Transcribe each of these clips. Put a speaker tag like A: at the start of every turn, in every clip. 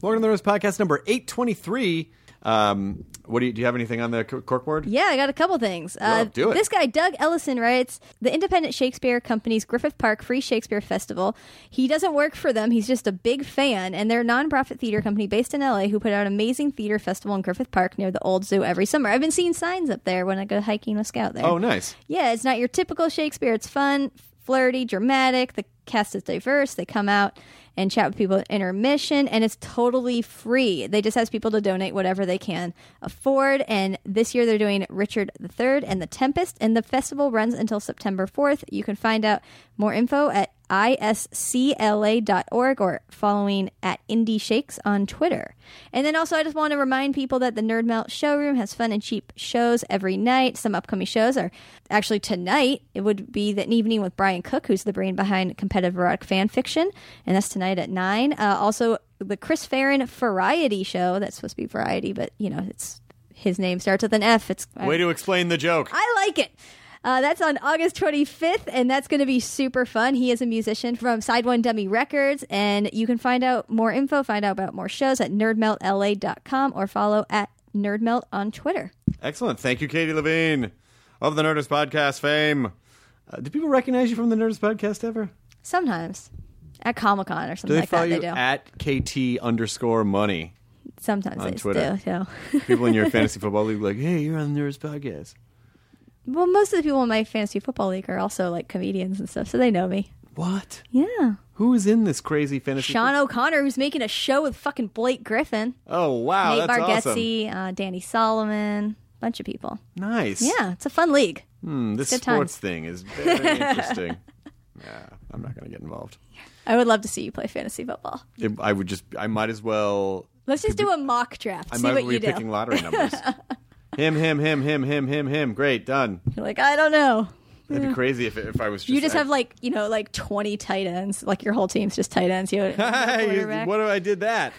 A: Lord of the Rings podcast number 823. Um, what do you, do you have anything on the c- corkboard?
B: Yeah, I got a couple things. Uh,
A: Yeah, do it.
B: This guy, Doug Ellison, writes The Independent Shakespeare Company's Griffith Park Free Shakespeare Festival. He doesn't work for them, he's just a big fan, and they're a nonprofit theater company based in LA who put out an amazing theater festival in Griffith Park near the old zoo every summer. I've been seeing signs up there when I go hiking with Scout there.
A: Oh, nice.
B: Yeah, it's not your typical Shakespeare. It's fun, flirty, dramatic. The cast is diverse. They come out and chat with people at intermission, and it's totally free. They just ask people to donate whatever they can afford. And this year they're doing Richard III and The Tempest, and the festival runs until September 4th. You can find out more info at iscla.org or following at Indie Shakes on Twitter. And then also, I just want to remind people that the Nerd Melt showroom has fun and cheap shows every night. Some upcoming shows are actually tonight. It would be the evening with Brian Cook, who's the brain behind competitive erotic fan fiction, and that's tonight at nine. Uh, also, the Chris Farron Variety Show. That's supposed to be Variety, but you know, it's his name starts with an F. It's
A: Way to explain the joke.
B: I like it. Uh, that's on August 25th, and that's going to be super fun. He is a musician from Side One Dummy Records, and you can find out more info, find out about more shows at nerdmeltla.com or follow at nerdmelt on Twitter.
A: Excellent. Thank you, Katie Levine of the Nerdist Podcast fame. Uh, do people recognize you from the Nerdist Podcast ever?
B: Sometimes at Comic Con or
A: Do
B: something
A: they
B: like
A: follow
B: that.
A: you
B: they do.
A: at KT underscore money?
B: Sometimes
A: on
B: they
A: Twitter?
B: do. too.
A: People in your fantasy football league like, hey, you're on the Nerdist Podcast.
B: well, most of the people in my fantasy football league are also like comedians and stuff, so they know me.
A: What?
B: Yeah.
A: Who is in this crazy fantasy?
B: Sean O'Connor, who's making a show with fucking Blake Griffin,
A: Oh wow,
B: Nate
A: that's awesome.
B: Bargatze, uh, Danny Solomon, bunch of people.
A: Nice.
B: Yeah, it's a fun league.
A: Hmm, this
B: Good
A: sports
B: times.
A: thing is very interesting. Nah, I'm not going to get involved.
B: I would love to see you play fantasy football.
A: It- I would just. I might as well.
B: Let's just do a mock draft.
A: I
B: see
A: might as
B: what
A: well be
B: you do.
A: picking lottery numbers. him, him, him, him, him, him, him. Great, done.
B: You're like, I don't know.
A: That'd be crazy if, if I was just.
B: You just
A: I-
B: have like, you know, like 20 tight ends. Like your whole team's just tight ends. You have
A: Hey,
B: a quarterback.
A: what if I did that?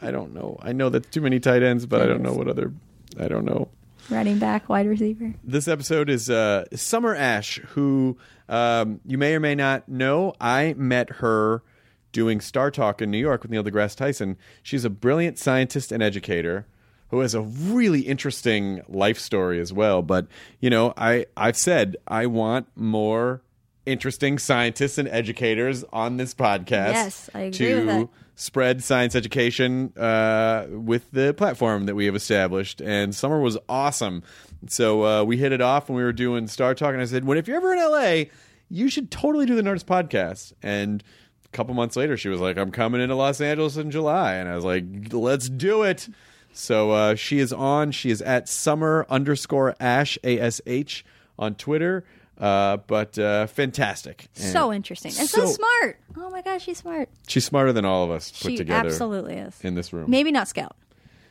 A: I don't know. I know that's too many tight ends, but I don't know what other. I don't know.
B: running back, wide receiver.
A: This episode is uh, Summer Ash, who um, you may or may not know. I met her doing Star Talk in New York with Neil deGrasse Tyson. She's a brilliant scientist and educator who has a really interesting life story as well. But you know, I I've said I want more interesting scientists and educators on this podcast.
B: Yes, I agree
A: to
B: with that.
A: spread science education uh, with the platform that we have established. And summer was awesome. So uh, we hit it off when we were doing Star Talk, and I said, "Well, if you're ever in LA, you should totally do the Nerdist podcast." And a couple months later, she was like, "I'm coming into Los Angeles in July," and I was like, "Let's do it." So uh, she is on. She is at summer underscore ash a s h on Twitter. Uh, but uh, fantastic.
B: So interesting. And so,
A: so-
B: smart. Oh my gosh, she's smart.
A: She's smarter than all of us put
B: she
A: together
B: absolutely is.
A: in this room.
B: Maybe not Scout.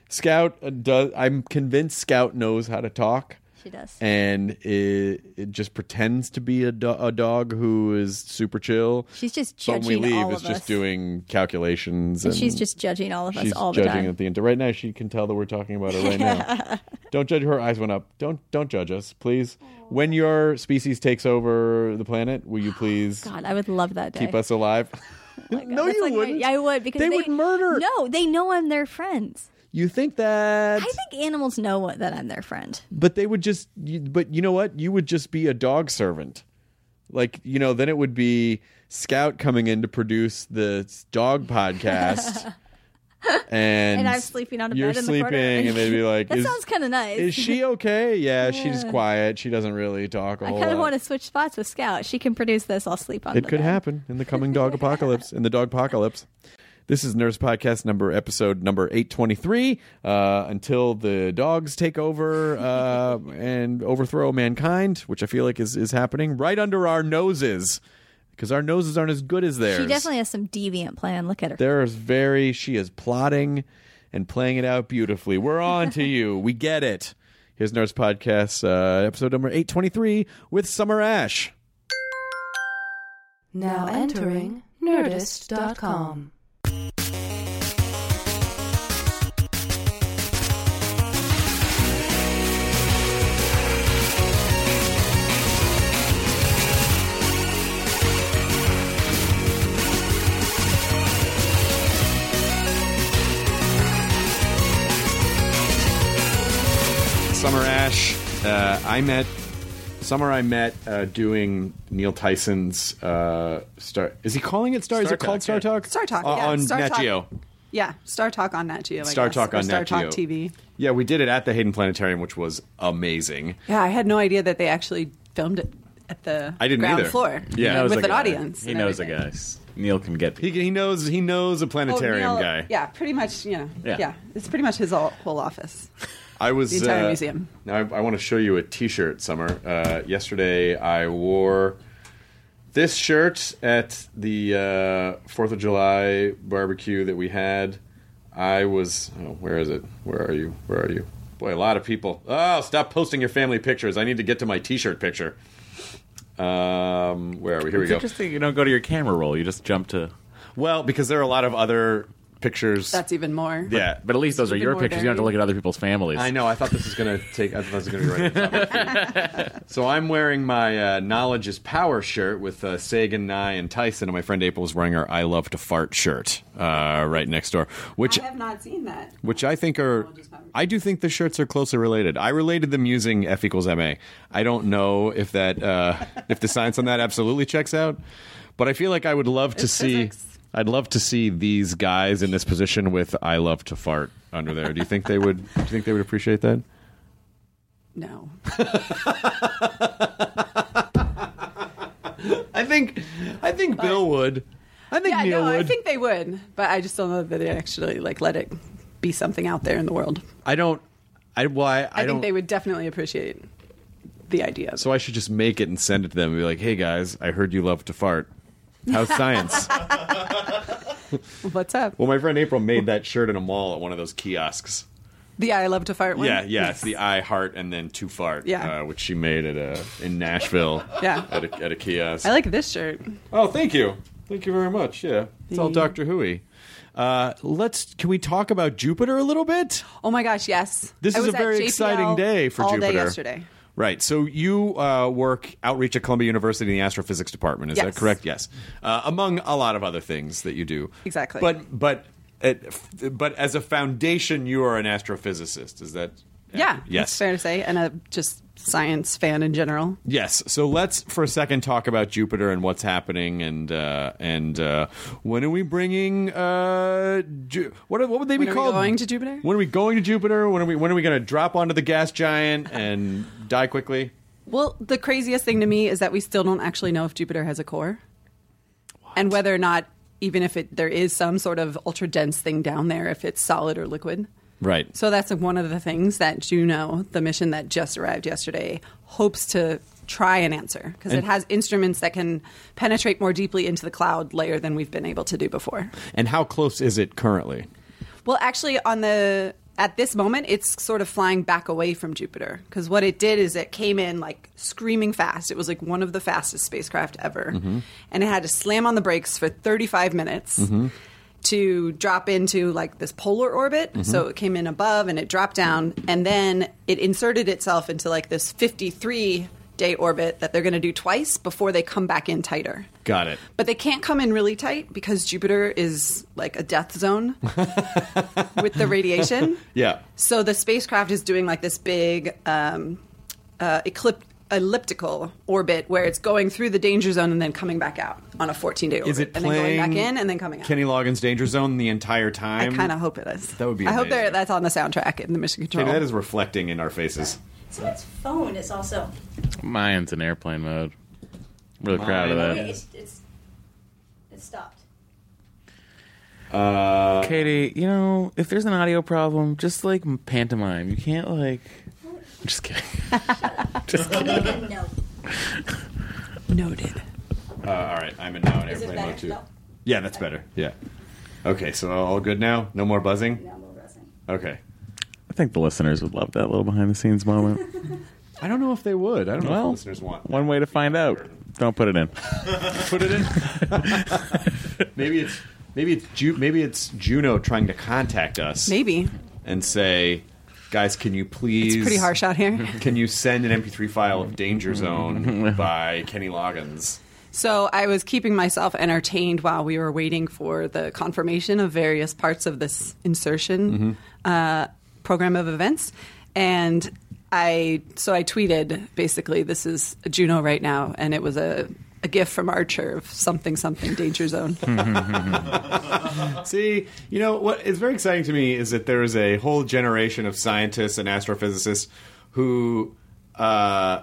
A: Scout uh, does. I'm convinced Scout knows how to talk,
B: She does.
A: and it, it just pretends to be a, do- a dog who is super chill.
B: she's just
A: but when
B: judging
A: we leave,
B: all
A: it's
B: of
A: just
B: us.
A: doing calculations, and,
B: and she's just judging all of us
A: she's
B: all the
A: judging
B: time.
A: at the end. Right now, she can tell that we're talking about her right now. Don't judge her. Eyes went up. Don't don't judge us, please. When your species takes over the planet, will you please
B: God, I would love that day.
A: keep us alive? no,
B: That's
A: you
B: like my-
A: wouldn't.
B: Yeah, I would because
A: They would murder.
B: No, they know I'm their friends.
A: You think that?
B: I think animals know what, that I'm their friend.
A: but they would just you, but you know what you would just be a dog servant like you know then it would be scout coming in to produce the s- dog podcast and,
B: And I'm sleeping on a
A: you're
B: bed in the
A: sleeping
B: corner.
A: and they'd be like
B: That
A: "Is-
B: sounds kind of nice.
A: is she okay yeah, she's quiet she doesn't really talk a
B: I
A: whole
B: kind of
A: lot."
B: want to switch spots with Scout. She can produce this. I'll sleep on
A: it
B: the
A: could
B: bed.
A: happen in the coming dog apocalypse in the dog apocalypse this is nurse podcast number episode number 823 uh, until the dogs take over uh, and overthrow mankind which i feel like is, is happening right under our noses because our noses aren't as good as theirs
B: She definitely has some deviant plan. Look at her.
A: there's very she is plotting and playing it out beautifully we're on to you we get it here's nurse podcast uh, episode number 823 with summer ash
C: Now entering Nerdist.com.
A: Summer Ash. Uh, I met Summer. I met uh, doing Neil Tyson's uh, Star. Is he calling it Star? is
D: Star
A: it called
D: Talk, yeah.
A: Star Talk?
E: Star Talk
A: Uh,
E: yeah,
A: on
E: Star
A: Nat
E: Talk-
A: Geo.
E: Yeah, Star Talk on Nat Geo. I
A: Star
E: guess,
A: Talk
E: or
A: on
E: Star
A: Nat Geo.
E: Talk TV.
A: Yeah, we did it at the Hayden Planetarium, which was amazing.
E: Yeah, I had no idea that they actually filmed it at the
A: I didn't
E: ground
A: either.
E: floor.
A: Yeah. He knows
E: with
D: a
E: an
D: guy.
E: audience.
D: He
E: and
D: knows
E: everything.
D: a guy. S- Neil can get.
A: He, he knows he knows a
E: Oh,
A: planetarium
E: Neil-
A: guy.
E: Yeah, pretty much. You know,
D: Yeah.
E: yeah. it's pretty much his all, whole office.
A: I was
E: The entire
A: uh,
E: museum.
A: Now I, I want to show you a T-shirt. Summer. Uh, yesterday I wore this shirt at the uh, Fourth of July barbecue that we had. I was. Oh, where is it? Where are you? Where are you? Boy, a lot of people. Oh, stop posting your family pictures. I need to get to my T-shirt picture. Um, where are we? Here we
D: It's
A: go.
D: interesting. You don't go to your camera roll. You just jump to.
A: Well, because there are a lot of other pictures.
E: That's even more.
A: yeah,
D: But at least those are
E: Even
D: your
E: more
D: pictures. You don't have to
E: varied.
D: look at other people's families.
A: I know. I thought this was gonna take. I thought this was gonna be right. at the top of the feed. so I'm wearing my uh, "Knowledge is Power" shirt with uh, Sagan, Nye, and Tyson, and my friend April is wearing her "I Love to Fart" shirt uh, right next door, which
E: I have not seen that.
A: which I think are. I do think the shirts are closely related. I related them using F equals ma. I don't know if that uh, if the science on that absolutely checks out, but I feel like I would love to
E: It's
A: see.
E: physics.
A: I'd love to see these guys in this position with "I love to fart" under there. Do you think they would? Do you think they would appreciate that?
E: No.
A: I think I think Bill would. I think
E: Yeah,
A: Neil
E: no,
A: would.
E: I think they would, but I just don't know that they actually like let it be something out there in the world.
A: I don't. I well, I, I,
E: I,
A: don't.
E: think they would definitely appreciate the idea.
A: so I should just make it and send it to them and be like, "Hey guys, I heard you love to fart. How's science?"
E: What's up?
A: well, my friend April made that shirt in a mall at one of those kiosks.
E: The I love to fart one.
A: Yeah, yeah. It's the I heart and then two fart.
E: Yeah.
A: uh, which she made at a in Nashville.
E: Yeah.
A: at a, at a kiosk.
E: I like this shirt.
A: Oh, thank you. Thank you very much. Yeah. It's all
E: Yeah.
A: Doctor Hooey. Uh, let's can we talk about Jupiter a little bit?
E: Oh my gosh, yes.
A: This
E: I
A: is a
E: was at
A: very
E: JPL
A: exciting day for
E: all
A: Jupiter.
E: Day yesterday.
A: Right. So you uh, work outreach at Columbia University in the astrophysics department. Is that
E: Yes.
A: correct? Yes. Uh, among a lot of other things that you do.
E: Exactly.
A: But but at, but as a foundation, you are an astrophysicist. Is that?
E: Yeah.
A: Yes.
E: It's fair to say, and a just science fan in general.
A: Yes. So let's for a second talk about Jupiter and what's happening and uh, and uh, when are we bringing uh, Ju- what are, what would they be
E: When are we
A: called?
E: going to Jupiter?
A: When are we going to Jupiter? When are we when are we going to drop onto the gas giant and die quickly?
E: Well, the craziest thing to me is that we still don't actually know if Jupiter has a core, and whether or not, even if it there is some sort of ultra dense thing down there, if it's solid or liquid.
A: Right.
E: So that's one of the things that Juno, the mission that just arrived yesterday, hopes to try and answer because it
A: And-
E: has instruments that can penetrate more deeply into the cloud layer than we've been able to do before.
A: And how close is it currently?
E: Well, actually, on the at this moment, it's sort of flying back away from Jupiter because what it did is it came in like screaming fast. It was like one of the fastest spacecraft ever, and it had to slam on the brakes for 35 minutes. To drop into like this polar orbit. So it came in above and it dropped down, and then it inserted itself into like this 53 day orbit that they're going to do twice before they come back in tighter.
A: Got it.
E: But they can't come in really tight because Jupiter is like a death zone with the radiation.
A: Yeah.
E: So the spacecraft is doing like this big um, uh, eclip- elliptical orbit where it's going through the danger zone and then coming back out on a 14 day orbit.
A: Is it
E: and
A: playing
E: then going back in and then coming out.
A: Kenny Loggins' Danger Zone the entire
E: I
A: time.
E: kind of hope it is.
A: That would be
E: I hope they're,
A: amazing.
E: that's on the soundtrack in the mission control.
A: Kenny, that is reflecting in our faces.
B: Someone's phone is also.
D: Mine's in airplane mode. Really proud of
A: Mine
D: that.
B: It's, it's, it's stopped.
A: Uh,
D: Katie, you know, if there's an audio problem, just like pantomime. You can't like. I'm just kidding. just kidding.
B: No.
E: noted.
A: uh, all right, I'm in now in airplane mode too. Yeah, that's better. Yeah. Okay, so all good now. No more buzzing. Okay.
D: I think the listeners would love that little behind the scenes moment.
A: I don't know if they would. I don't know if the
D: Well,
A: listeners want.
D: One way to find out. Don't put it in.
A: Put it in. maybe it's maybe it's Ju- maybe it's Juno trying to contact us
E: Maybe.
A: and say, guys, can you please?
E: It's pretty harsh out here.
A: Can you send an MP3 file of Danger Zone by Kenny Loggins?
E: So I was keeping myself entertained while we were waiting for the confirmation of various parts of this insertion uh, program of events. And I so I tweeted basically this is Juno right now, and it was a a gift from Archer of something something danger zone.
A: See, you know what is very exciting to me is that there is a whole generation of scientists and astrophysicists who uh,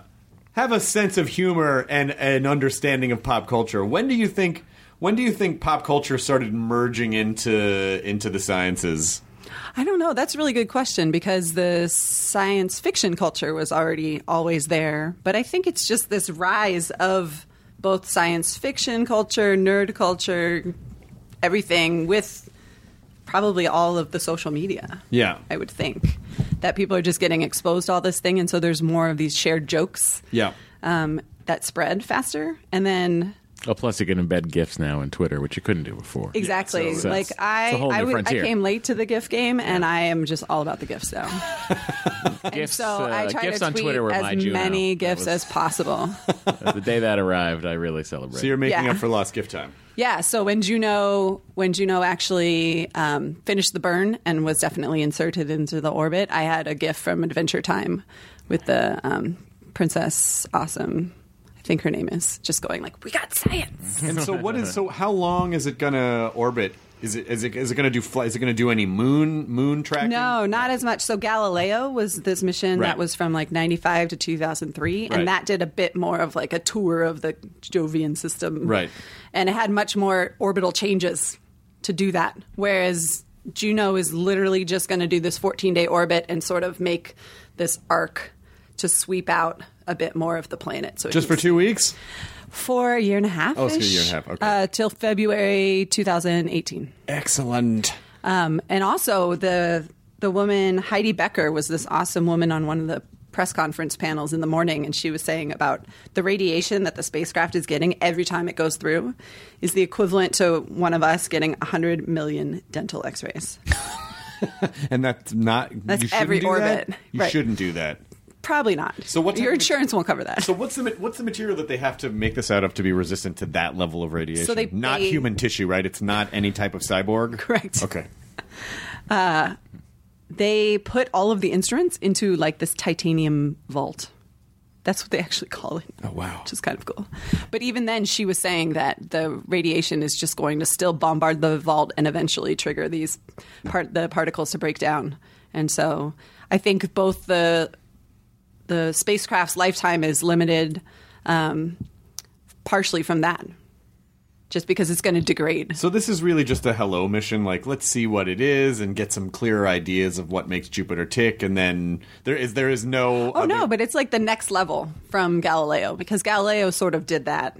A: have a sense of humor and an understanding of pop culture. When do you think? When do you think pop culture started merging into into the sciences?
E: I don't know. That's a really good question because the science fiction culture was already always there. But I think it's just this rise of both science fiction culture, nerd culture, everything with probably all of the social media.
A: Yeah.
E: I would think that people are just getting exposed to all this thing. And so there's more of these shared jokes
A: Yeah.
E: um, that spread faster. And then
D: Oh, plus you can embed gifs now in Twitter, which you couldn't do before.
E: Exactly.
D: so
E: like
D: it's-
E: I,
D: it's a whole
E: I,
D: new
E: would- I
D: frontier.
E: came late to the gift game, and I am just all about the gifts now. And
D: Gifts,
E: so
D: uh,
E: I try
D: gifts
E: to
D: on
E: tweet
D: Twitter were
E: as
D: my Juno.
E: many
D: That
E: gifts
D: was-
E: as possible.
D: the day that arrived, I really celebrated.
A: So you're making
E: Yeah.
A: up for lost gift time.
E: yeah. So when Juno, when Juno actually um, finished the burn and was definitely inserted into the orbit, I had a gift from Adventure Time with the um, Princess Awesome. I think her name is just going like, we got science.
A: And so what is so how long is it gonna orbit? Is it is it is it gonna do fly, is it gonna do any moon moon tracking?
E: No, not as much. So Galileo was this mission
A: Right.
E: that was from like 95 to 2003
A: Right.
E: and that did a bit more of like a tour of the Jovian system.
A: Right.
E: And it had much more orbital changes to do that whereas Juno is literally just going to do this 14-day orbit and sort of make this arc to sweep out a bit more of the planet. So
A: Just for
E: he's-
A: two weeks?
E: for a year and a half.
A: Oh, it's a year and a half. Okay.
E: Uh, till February 2018.
A: Excellent.
E: Um, and also the the woman Heidi Becker was this awesome woman on one of the press conference panels in the morning, and she was saying about the radiation that the spacecraft is getting every time it goes through is the equivalent to one of us getting 100 million dental X-rays.
A: And that's not
E: That's
A: you shouldn't
E: every
A: do that?
E: orbit.
A: You
E: Right.
A: shouldn't do that.
E: Probably not.
A: So what type
E: Your
A: of-
E: insurance won't cover that.
A: So what's the what's the material that they have to make this out of to be resistant to that level of radiation?
E: So they-
A: not
E: they-
A: human tissue, right? It's not any type of cyborg.
E: Correct.
A: Okay.
E: they put all of the instruments into like this titanium vault. That's what they actually call it. Oh
A: wow.
E: Which is kind of cool. But even then she was saying that the radiation is just going to still bombard the vault and eventually trigger these part the particles to break down. And so I think both the the spacecraft's lifetime is limited um, partially from that. Just because it's going to degrade.
A: So this is really just a hello mission. Like, let's see what it is and get some clearer ideas of what makes Jupiter tick. And then there is there is no.
E: Oh no, but it's like the next level from Galileo because Galileo sort of did that.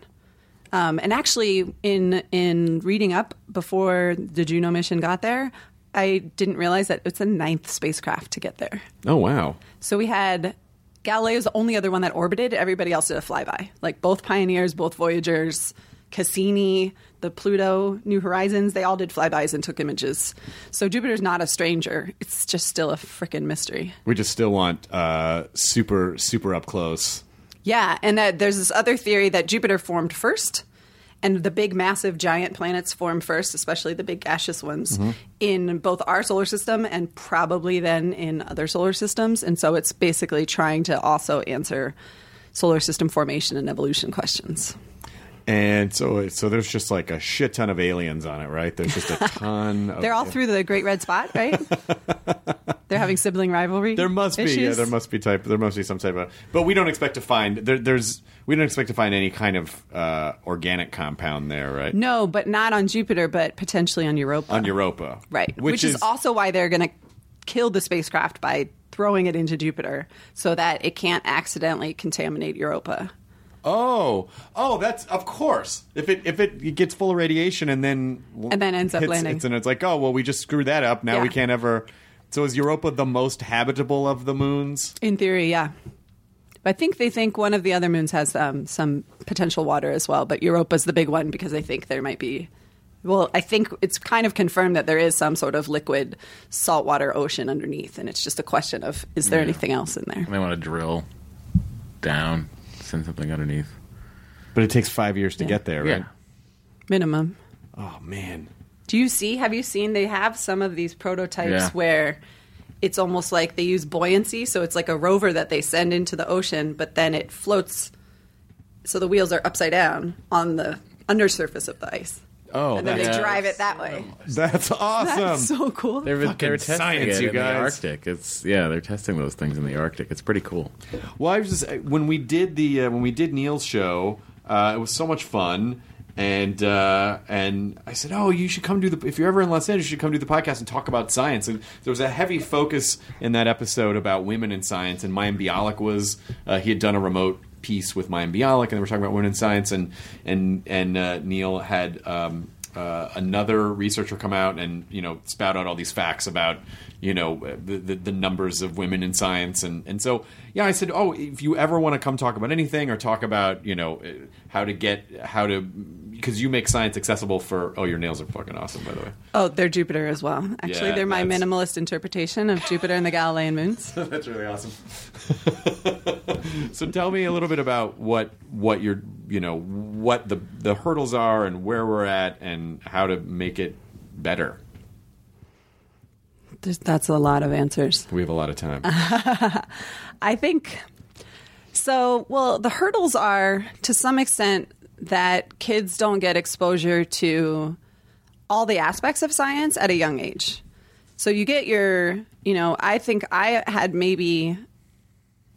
E: Um, and actually, in in reading up before the Juno mission got there, I didn't realize that it's the ninth spacecraft to get there.
A: oh wow.
E: So we had Galileo's the only other one that orbited. Everybody else did a flyby, like both Pioneers, both Voyagers, Cassini, the Pluto, New Horizons. They all did flybys and took images. So Jupiter's not a stranger. It's just still a freaking mystery.
A: We just still want uh, super super up close.
E: Yeah, and that there's this other theory that Jupiter formed first, and the big, massive, giant planets form first, especially the big gaseous ones,
A: Mm-hmm.
E: in both our solar system and probably then in other solar systems. And so it's basically trying to also answer solar system formation and evolution questions.
A: And so so there's just like a shit ton of aliens on it, right? There's just a ton. of
E: They're all through the Great Red Spot, right? They're having sibling rivalry.
A: There must be, yeah.
E: issues.
A: There must be type. There must be some type of. But we don't expect to find there, there's. We don't expect to find any kind of uh, organic compound there, right?
E: No, but not on Jupiter, but potentially on Europa.
A: On Europa,
E: Right. Which, is, also why they're going to kill the spacecraft by throwing it into Jupiter so that it can't accidentally contaminate Europa.
A: Oh, oh, that's of course. If it if it gets full of radiation and then
E: And then ends up
A: hits-
E: landing.
A: hits and it's like, oh well, we just screwed that up. Now we
E: Yeah.
A: can't ever. So is Europa the most habitable of the moons?
E: In theory, yeah. I think they think one of the other moons has um, some potential water as well, but Europa's the big one because they think there might be. Well, I think it's kind of confirmed that there is some sort of liquid saltwater ocean underneath, and it's just a question of is there anything else in there?
D: And they want to drill down, send something underneath.
A: But it takes five years to get there, right?
E: Minimum.
A: Oh man.
E: Do you see? Have you seen? They have some of these prototypes
D: Yeah.
E: where it's almost like they use buoyancy. So it's like a rover that they send into the ocean, but then it floats. So the wheels are upside down on the undersurface of the ice.
D: Oh,
E: and then
D: that's-
E: they drive it that way.
A: That's awesome.
E: That's so cool.
D: They were, they were testing
A: science,
D: it
A: you
D: in
A: guys.
D: the Arctic. It's yeah, they're testing those things in the Arctic. It's pretty cool.
A: Well, I was just when we did the uh, when we did Neil's show, uh, it was so much fun, and uh, and I said, oh, you should come do the if you're ever in Los Angeles, you should come do the podcast and talk about science. And there was a heavy focus in that episode about women in science, and Mayim Bialik was uh, he had done a remote piece with Mayim Bialik, and they were talking about women in science, and and and uh, Neil had. Um, uh, another researcher come out and you know spout out all these facts about you know the, the, the numbers of women in science and, and so yeah I said oh if you ever want to come talk about anything or talk about you know eh, how to get how to because you make science accessible for oh your nails are fucking awesome by the way
E: Oh, they're Jupiter as well. Actually,
A: Yeah,
E: they're my
A: that's-
E: minimalist interpretation of Jupiter and the Galilean moons.
A: that's really awesome so tell me a little bit about what what your you know what the the hurdles are and where we're at and how to make it better
E: There's, that's a lot of answers.
A: we have a lot of time
E: I think so. Well, the hurdles are to some extent that kids don't get exposure to all the aspects of science at a young age. So you get your, you know, I think I had maybe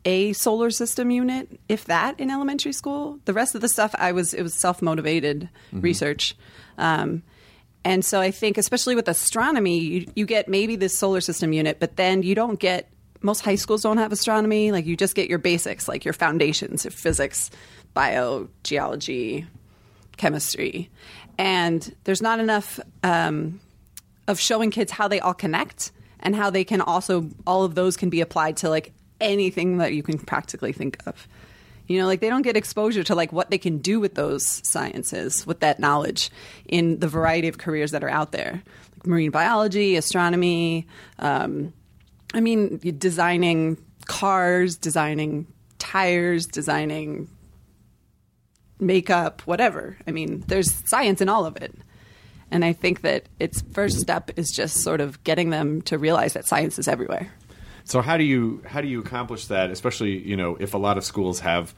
E: a solar system unit, if that, in elementary school. The rest of the stuff, I was it was self motivated research, um, and so I think, especially with astronomy, you, you get maybe this solar system unit, but then you don't get. Most high schools don't have astronomy. Like you just get your basics, like your foundations of physics, bio, geology, chemistry, and there's not enough. Um, of showing kids how they all connect and how they can also all of those can be applied to like anything that you can practically think of you know like they don't get exposure to like what they can do with those sciences with that knowledge in the variety of careers that are out there like marine biology astronomy um, i mean you're designing cars designing tires designing makeup, whatever. I mean, there's science in all of it. And I think that its first step is just sort of getting them to realize that science is everywhere.
A: So how do you how do you accomplish that? Especially you know if a lot of schools have,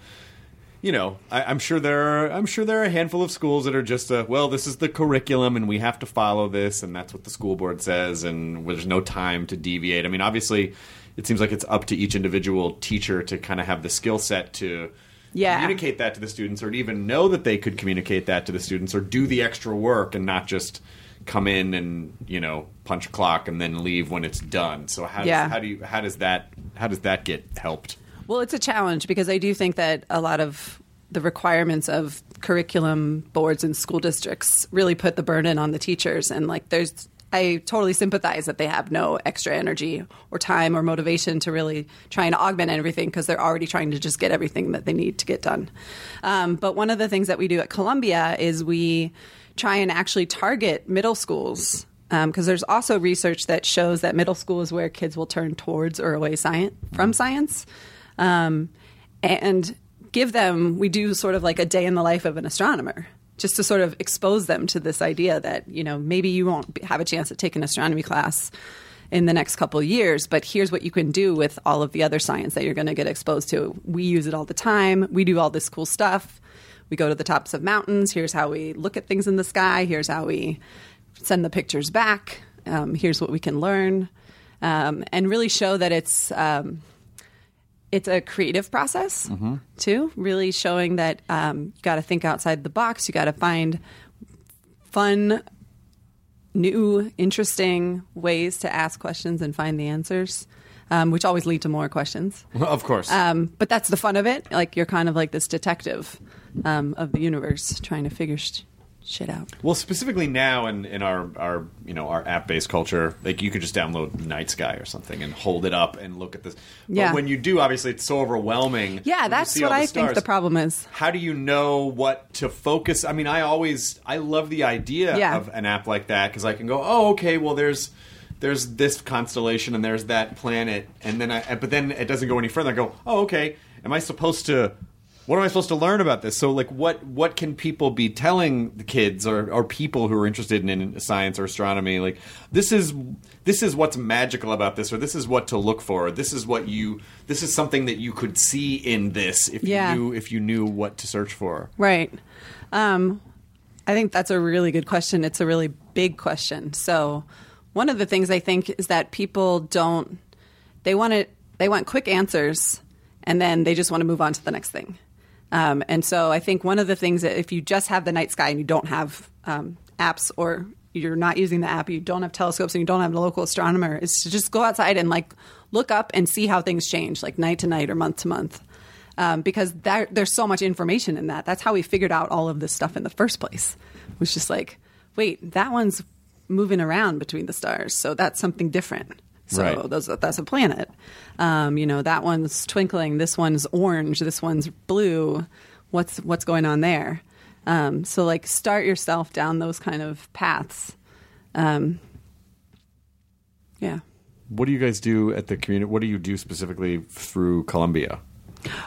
A: you know, I, I'm sure there are I'm sure there are a handful of schools that are just uh well this is the curriculum and we have to follow this and that's what the school board says and there's no time to deviate. I mean obviously it seems like it's up to each individual teacher to kind of have the skill set to
E: Yeah.
A: communicate that to the students or to even know that they could communicate that to the students or do the extra work and not just come in and you know punch a clock and then leave when it's done so how does,
E: Yeah.
A: how do you how does that how does that get helped
E: Well, it's a challenge because I do think that a lot of the requirements of curriculum boards and school districts really put the burden on the teachers. And like, there's, I totally sympathize that they have no extra energy or time or motivation to really try and augment everything because they're already trying to just get everything that they need to get done. Um, but one of the things that we do at Columbia is we try and actually target middle schools because there's also research that shows that middle school is where kids will turn towards or away science from science um, and give them we do sort of like a day in the life of an astronomer just to sort of expose them to this idea that you know maybe you won't be- have a chance to take an astronomy class in the next couple of years but here's what you can do with all of the other science that you're going to get exposed to we use it all the time we do all this cool stuff we go to the tops of mountains here's how we look at things in the sky here's how we send the pictures back um, here's what we can learn um, and really show that it's um, it's a creative process
A: Mm-hmm.
E: too really showing that um, you got to think outside the box you got to find fun new interesting ways to ask questions and find the answers um, which always lead to more questions
A: of course
E: um, but that's the fun of it like you're kind of like this detective um, of the universe trying to figure sh- shit out
A: well specifically now in, in our our you know our app-based culture like you could just download night sky or something and hold it up and look at this
E: Yeah.
A: but when you do obviously it's so overwhelming when
E: yeah
A: you
E: that's
A: see
E: what
A: all
E: i think
A: stars.
E: the problem is
A: how do you know what to focus i mean i always i love the idea
E: Yeah.
A: of an app like that because i can go oh okay well there's there's this constellation and there's that planet and then i but then it doesn't go any further i go oh okay am i supposed to what am I supposed to learn about this? So, like, what what can people be telling the kids or, or people who are interested in, in science or astronomy? Like, this is this is what's magical about this, or this is what to look for. Or this is what you this is something that you could see in this if
E: Yeah.
A: you knew if you knew what to search for.
E: Right. Um, I think that's a really good question. It's a really big question. So, one of the things I think is that people don't they want to they want quick answers, and then they just want to move on to the next thing. Um, and so, I think one of the things that if you just have the night sky and you don't have um, apps or you're not using the app, you don't have telescopes, and you don't have a local astronomer, is to just go outside and like look up and see how things change, like night to night or month to month um, because there, there's so much information in that. That's how we figured out all of this stuff in the first place. It was just like, wait, that one's moving around between the stars, so that's something different. So
A: Right.
E: those, that's a planet. Um, you know, that one's twinkling. This one's orange. This one's blue. What's what's going on there? Um, so like, start yourself down those kind of paths. Um, yeah.
A: What do you guys do at the community? What do you do specifically through Columbia?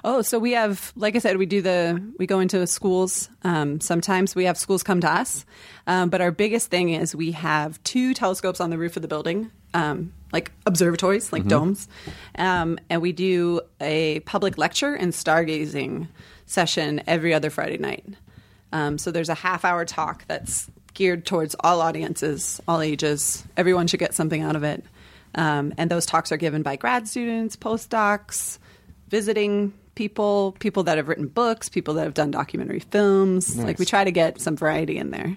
E: Oh, so we have, like I said, we do the, we go into schools. Um, sometimes we have schools come to us. Um, but our biggest thing is we have two telescopes on the roof of the building, um, like observatories, like domes. Um, and we do a public lecture and stargazing session every other Friday night. Um, so there's a half hour talk that's geared towards all audiences, all ages. Everyone should get something out of it. Um, and those talks are given by grad students, postdocs, visiting people, people that have written books, people that have done documentary films. Like we try to get some variety in there.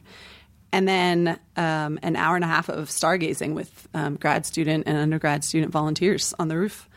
E: And then um, an hour and a half of stargazing with um, grad student and undergrad student volunteers on the roof.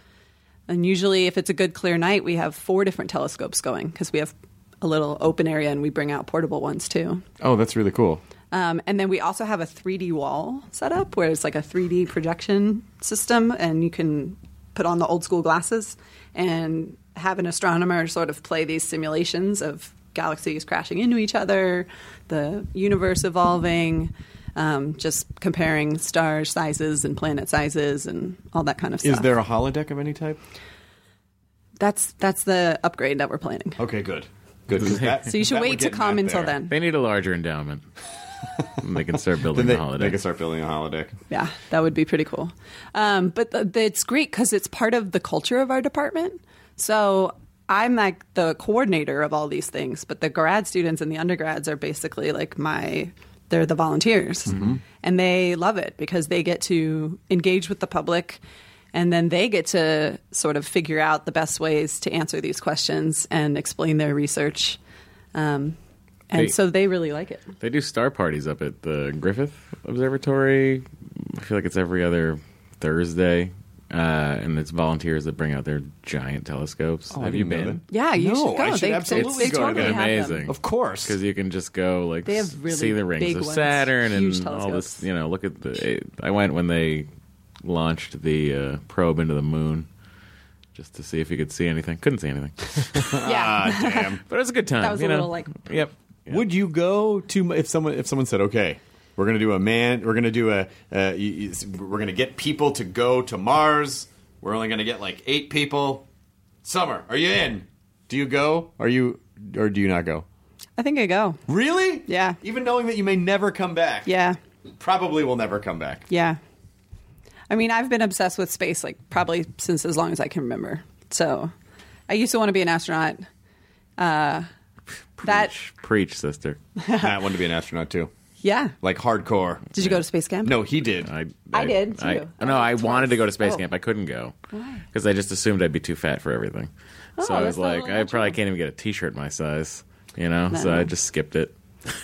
E: And usually, if it's a good clear night, we have four different telescopes going because we have a little open area and we bring out portable ones too.
A: Oh, that's really cool.
E: Um, and then we also have a 3D wall set up where it's like a 3D projection system, and you can put on the old school glasses and have an astronomer sort of play these simulations of galaxies crashing into each other, the universe evolving, um, just comparing star sizes and planet sizes and all that kind of stuff.
A: Is there a holodeck of any type?
E: That's that's the upgrade that we're planning.
A: Okay, good, good. 'cause that-
E: So you should
A: that we're
E: wait to
A: getting
E: come
A: at
E: until
A: there.
E: then.
D: They need a larger endowment. and they can start
A: Then
D: building
A: they,
D: the holiday.
A: they can start building a holodeck.
E: Yeah, that would be pretty cool. Um, but th- th- it's great because it's part of the culture of our department. So I'm like the coordinator of all these things, but the grad students and the undergrads are basically like my. They're the volunteers,
A: Mm-hmm.
E: and they love it because they get to engage with the public, and then they get to sort of figure out the best ways to answer these questions and explain their research. Um, and
D: They-
E: so they really like it.
D: They do star parties up at the Griffith Observatory. I feel like it's every other Thursday, uh, and it's volunteers that bring out their giant telescopes. Have you
A: Oh, didn't know
D: been?
A: that.
E: Yeah, you
A: No,
E: should go.
A: I should
E: they,
A: absolutely
E: they, they
A: go to
E: totally
D: that.
E: have them.
D: Amazing.
A: Of course,
D: Because you can just go like
E: They have
D: s-
E: really
D: see the rings
E: big
D: of
E: ones,
D: Saturn
E: huge
D: and all this.
E: telescopes.
D: You know, look at the. I went when they launched the uh, probe into the moon. Just to see if you could see anything. Couldn't see anything,
E: Yeah.
A: damn.
D: but it was a good time.
E: That was
D: you
E: a
D: know?
E: little, like-
D: Yep.
A: Would you go to if someone if someone said, "Okay, we're going to do a man, we're going to do a, uh, you, you- we're going to get people to go to Mars. We're only going to get like eight people." Summer, are you in? Do you go? Are you or do you not go?
E: I think I go.
A: Really?
E: Yeah.
A: Even knowing that you may never come back.
E: Yeah.
A: Probably will never come back.
E: Yeah. I mean, I've been obsessed with space like probably since as long as I can remember. So I used to want to be an astronaut. Uh, that,
D: Preach, sister.
A: I want to be an astronaut too,
E: yeah.
A: like hardcore.
E: Did you go to space camp?
A: No, he did.
D: I,
E: I did,
D: I-
E: too.
D: no, I wanted to go to space
E: Oh.
D: camp. I couldn't go
E: Why? Oh,
D: because I just assumed I'd be too fat for everything. so I
E: that's
D: was
E: not
D: like,
E: really
D: I
E: natural.
D: probably can't even get a T-shirt my size, you know. So
E: No.
D: I just skipped it.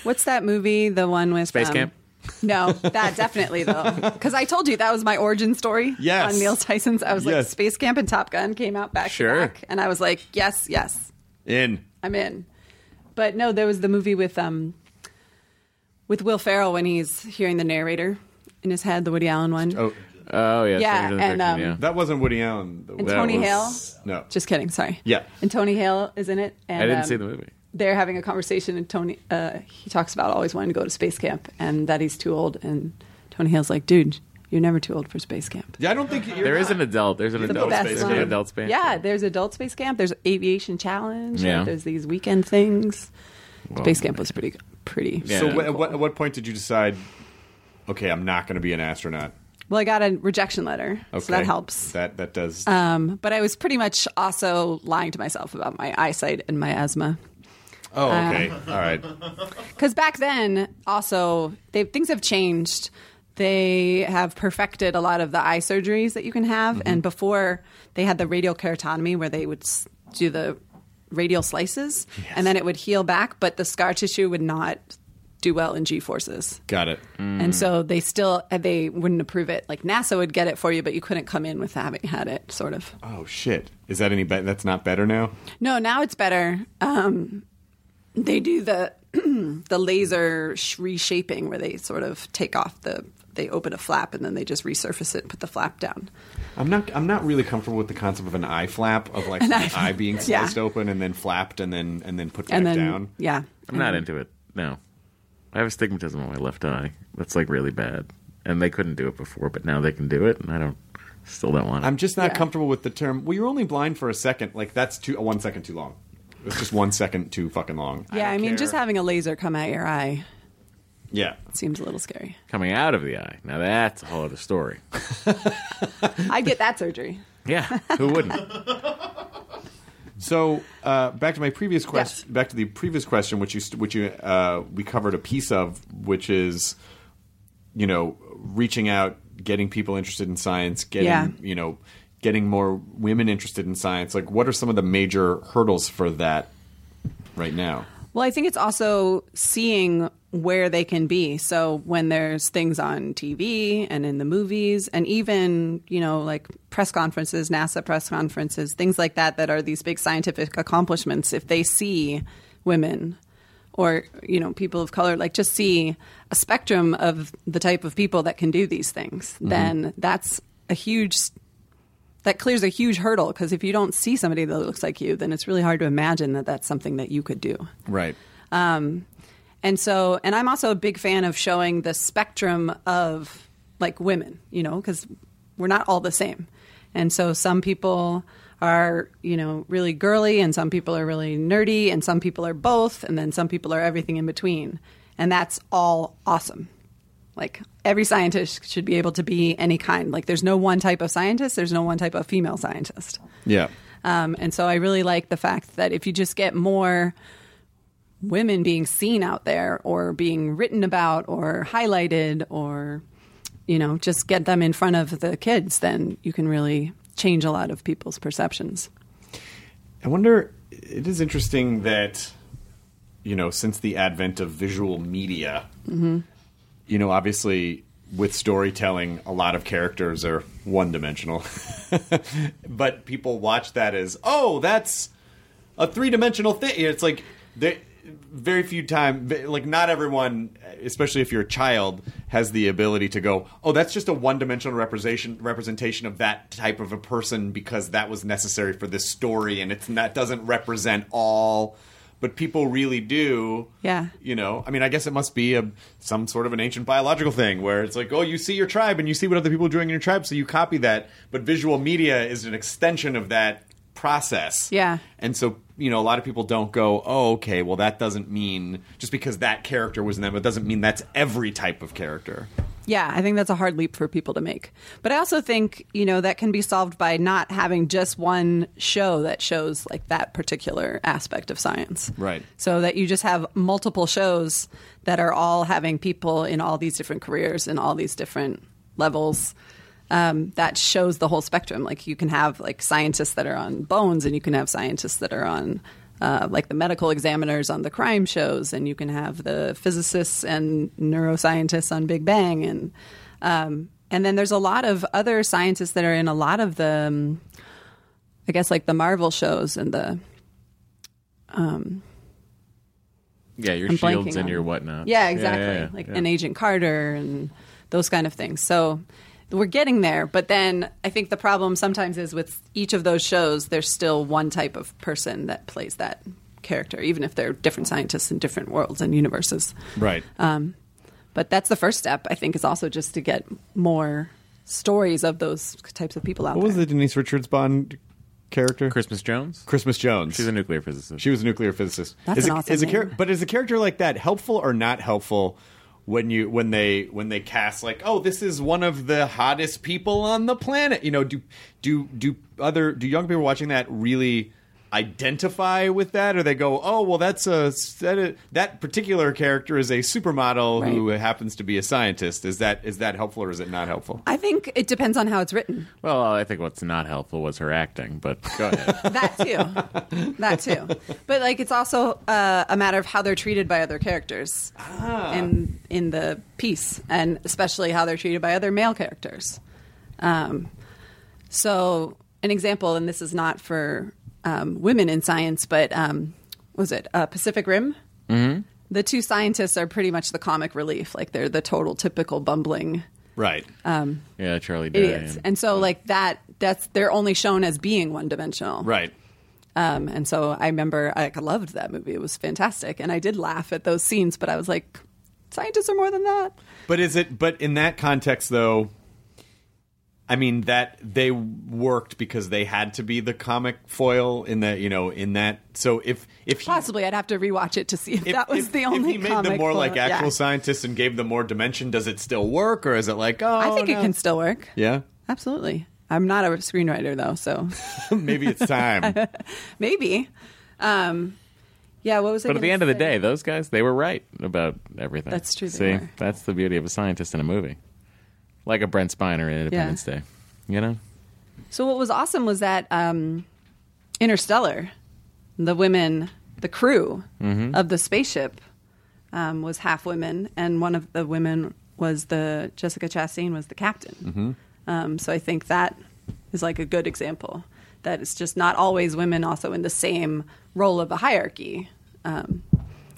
E: What's that movie? The one with um,
D: Space Camp?
E: No, that definitely though, because I told you that was my origin story.
A: Yes.
E: on Neil Tyson's. I was like,
A: Yes.
E: Space Camp and Top Gun came out back
D: Sure.
E: to back, and I was like, yes, yes,
A: in.
E: I'm in. But no, there was the movie with um with Will Ferrell when he's hearing the narrator in his head, the Woody Allen one.
A: Oh,
D: Oh yeah,
E: Yeah,
D: Stranger
E: and,
D: Things,
E: um,
D: yeah.
A: that wasn't Woody Allen.
E: and
D: that
E: Tony
D: was-
E: Hale.
A: no.
E: Just kidding, sorry.
A: Yeah.
E: And Tony Hale is in it. And,
D: I didn't
E: um,
D: see the movie.
E: They're having a conversation, and Tony uh, he talks about always wanting to go to space camp and that he's too old. And Tony Hale's like, "Dude, You're never too old for space camp.
A: Yeah, I don't think you're
D: There is an adult. There's an
E: The
D: adult
E: best
D: space.
E: one.
D: An adult space.
E: Yeah, there's adult space camp. There's aviation challenge.
D: Yeah.
E: There's these weekend things.
D: Well,
E: space camp was pretty pretty.
D: Yeah.
A: So,
D: Yeah.
A: wh- at what, at what point did you decide? Okay, I'm not going to be an astronaut.
E: Well, I got a rejection letter,
A: Okay,
E: so that helps.
A: That that does.
E: Um, but I was pretty much also lying to myself about my eyesight and my asthma.
A: oh,
E: uh,
A: okay, all right.
E: Because back then, also, they, things have changed. They have perfected a lot of the eye surgeries that you can have. And before, they had the radial keratotomy where they would s- do the radial slices and then it would heal back, but the scar tissue would not do well in G forces.
A: Got it.
E: And so they still they wouldn't approve it. Like NASA would get it for you, but you couldn't come in with having had it, sort of.
A: Oh shit! Is that any better? That's not better now.
E: No, now it's better. Um, they do the the laser sh- reshaping where they sort of take off the they open a flap and then they just resurface it, and put the flap down.
A: I'm not. I'm not really comfortable with the concept of an eye flap of like an
E: eye
A: eye,
E: flap.
A: being
E: Yeah.
A: sliced open and then flapped and then and then put back
E: And then
A: down.
E: yeah.
D: I'm not into it. No. I have astigmatism on my left eye. That's like really bad. And they couldn't do it before, but now they can do it, and I don't still don't want it.
A: I'm just not
E: Yeah.
A: comfortable with the term. Well, you're only blind for a second. Like that's two one second too long. It's just one second too fucking long.
E: Yeah, I,
A: don't
E: mean just
A: care.
E: having a laser come out your eye
A: yeah.
E: seems a little scary.
D: Coming out of the eye. Now that's a whole other story.
E: I'd get that surgery.
D: Yeah, who wouldn't?
A: So uh, back to my previous
E: Yes.
A: question. Back to the previous question, which you st- which you uh, we covered a piece of, which is, you know, reaching out, getting people interested in science, getting
E: Yeah.
A: you know, getting more women interested in science. Like, what are some of the major hurdles for that right now?
E: Well, I think it's also seeing where they can be. So when there's things on TV and in the movies, and even, you know, like press conferences, NASA press conferences, things like that, that are these big scientific accomplishments, if they see women or, you know, people of color, like just see a spectrum of the type of people that can do these things, then that's a huge that clears a huge hurdle because if you don't see somebody that looks like you then it's really hard to imagine that that's something that you could do
A: Right.
E: um, and so, and I'm also a big fan of showing the spectrum of like women, you know, because we're not all the same. And so some people are, you know, really girly and some people are really nerdy and some people are both and then some people are everything in between. And that's all awesome. Like every scientist should be able to be any kind. Like there's no one type of scientist, there's no one type of female scientist.
A: Yeah.
E: Um, and so I really like the fact that if you just get more women being seen out there or being written about or highlighted or, you know, just get them in front of the kids, then you can really change a lot of people's perceptions.
A: I wonder. It is interesting that you know, since the advent of visual media, you know, obviously with storytelling, a lot of characters are one dimensional, but people watch that as oh, that's a three dimensional thing. It's like they, very few time, like not everyone, especially if you're a child, has the ability to go, oh, that's just a one dimensional representation representation of that type of a person because that was necessary for this story, and it's that doesn't represent all. But people really do.
E: Yeah.
A: You know, I mean, I guess it must be a some sort of an ancient biological thing where it's like, oh, you see your tribe and you see what other people are doing in your tribe, so you copy that. But visual media is an extension of that process.
E: Yeah.
A: And so, you know, a lot of people don't go, oh, okay, well, that doesn't mean just because that character was in them, it doesn't mean that's every type of character.
E: Yeah, I think that's a hard leap for people to make. But I also think, you know, that can be solved by not having just one show that shows like that particular aspect of science.
A: Right.
E: So that you just have multiple shows that are all having people in all these different careers and all these different levels. Um, that shows the whole spectrum. Like you can have like scientists that are on Bones, and you can have scientists that are on uh, like the medical examiners on the crime shows, and you can have the physicists and neuroscientists on Big Bang, and um, and then there's a lot of other scientists that are in a lot of the, um, I guess like the Marvel shows and the
D: Yeah, your
E: I'm
D: shields
E: blanking
D: and
E: on-
D: your whatnot.
E: Yeah, exactly.
D: yeah,
E: like
D: yeah.
E: an Agent Carter and those kind of things. So we're getting there, but then I think the problem sometimes is with each of those shows, there's still one type of person that plays that character, even if they're different scientists in different worlds and universes.
A: Right.
E: Um, but that's the first step, I think, is also just to get more stories of those types of people out
A: What was
E: there.
A: the Denise Richards Bond character?
D: Christmas Jones.
A: Christmas Jones.
D: She's a nuclear physicist.
A: She was a nuclear physicist.
E: That's
A: is
E: an
A: a,
E: awesome
A: is a char-
E: name.
A: But is a character like that helpful or not helpful when you when they when they cast like oh this is one of the hottest people on the planet? You know, do do do other do young people watching that really identify with that or they go oh well that's a that, that particular character is a supermodel who
E: Right.
A: happens to be a scientist is that is that helpful or is it not helpful
E: I think it depends on how it's written.
D: Well, I think what's not helpful was her acting, but go ahead.
E: That too. that too. But like it's also uh, a matter of how they're treated by other characters in in the piece, and especially how they're treated by other male characters. Um, so an example, and this is not for um, women in science, but um, what was it uh, Pacific Rim? Mm-hmm. The two scientists are pretty much the comic relief. Like they're the total typical bumbling
A: right
E: Uh,
D: yeah, Charlie Day.
E: idiots. And so like that that's they're only shown as being one dimensional.
A: right
E: Um, and so I remember I like, loved that movie. It was fantastic. And I did laugh at those scenes, but I was like, scientists are more than that.
A: But is it? But in that context, though, I mean that they worked because they had to be the comic foil in that. You know, in that. So if if he,
E: Possibly I'd have to rewatch it to see if,
A: if,
E: that was
A: if-
E: the only
A: if he made them
E: comic
A: more
E: book.
A: like
E: Yeah.
A: actual scientists and gave them more dimension, does it still work, or is it like oh?
E: I think
A: no.
E: it can still work.
A: Yeah,
E: Absolutely. I'm not a screenwriter though, so
A: maybe it's time.
E: maybe. Um, yeah, what was I
D: But at the
E: gonna
D: end of the
E: say?
D: day, those guys, they were right about everything.
E: That's true, they
D: See,
E: were.
D: that's the beauty of a scientist in a movie. Like a Brent Spiner in Independence Day. You know?
E: So what was awesome was that um, Interstellar, the women, the crew of the spaceship um, was half women, and one of the women was the Jessica Chastain was the captain. Um, so I think that is like a good example that it's just not always women also in the same role of a hierarchy um,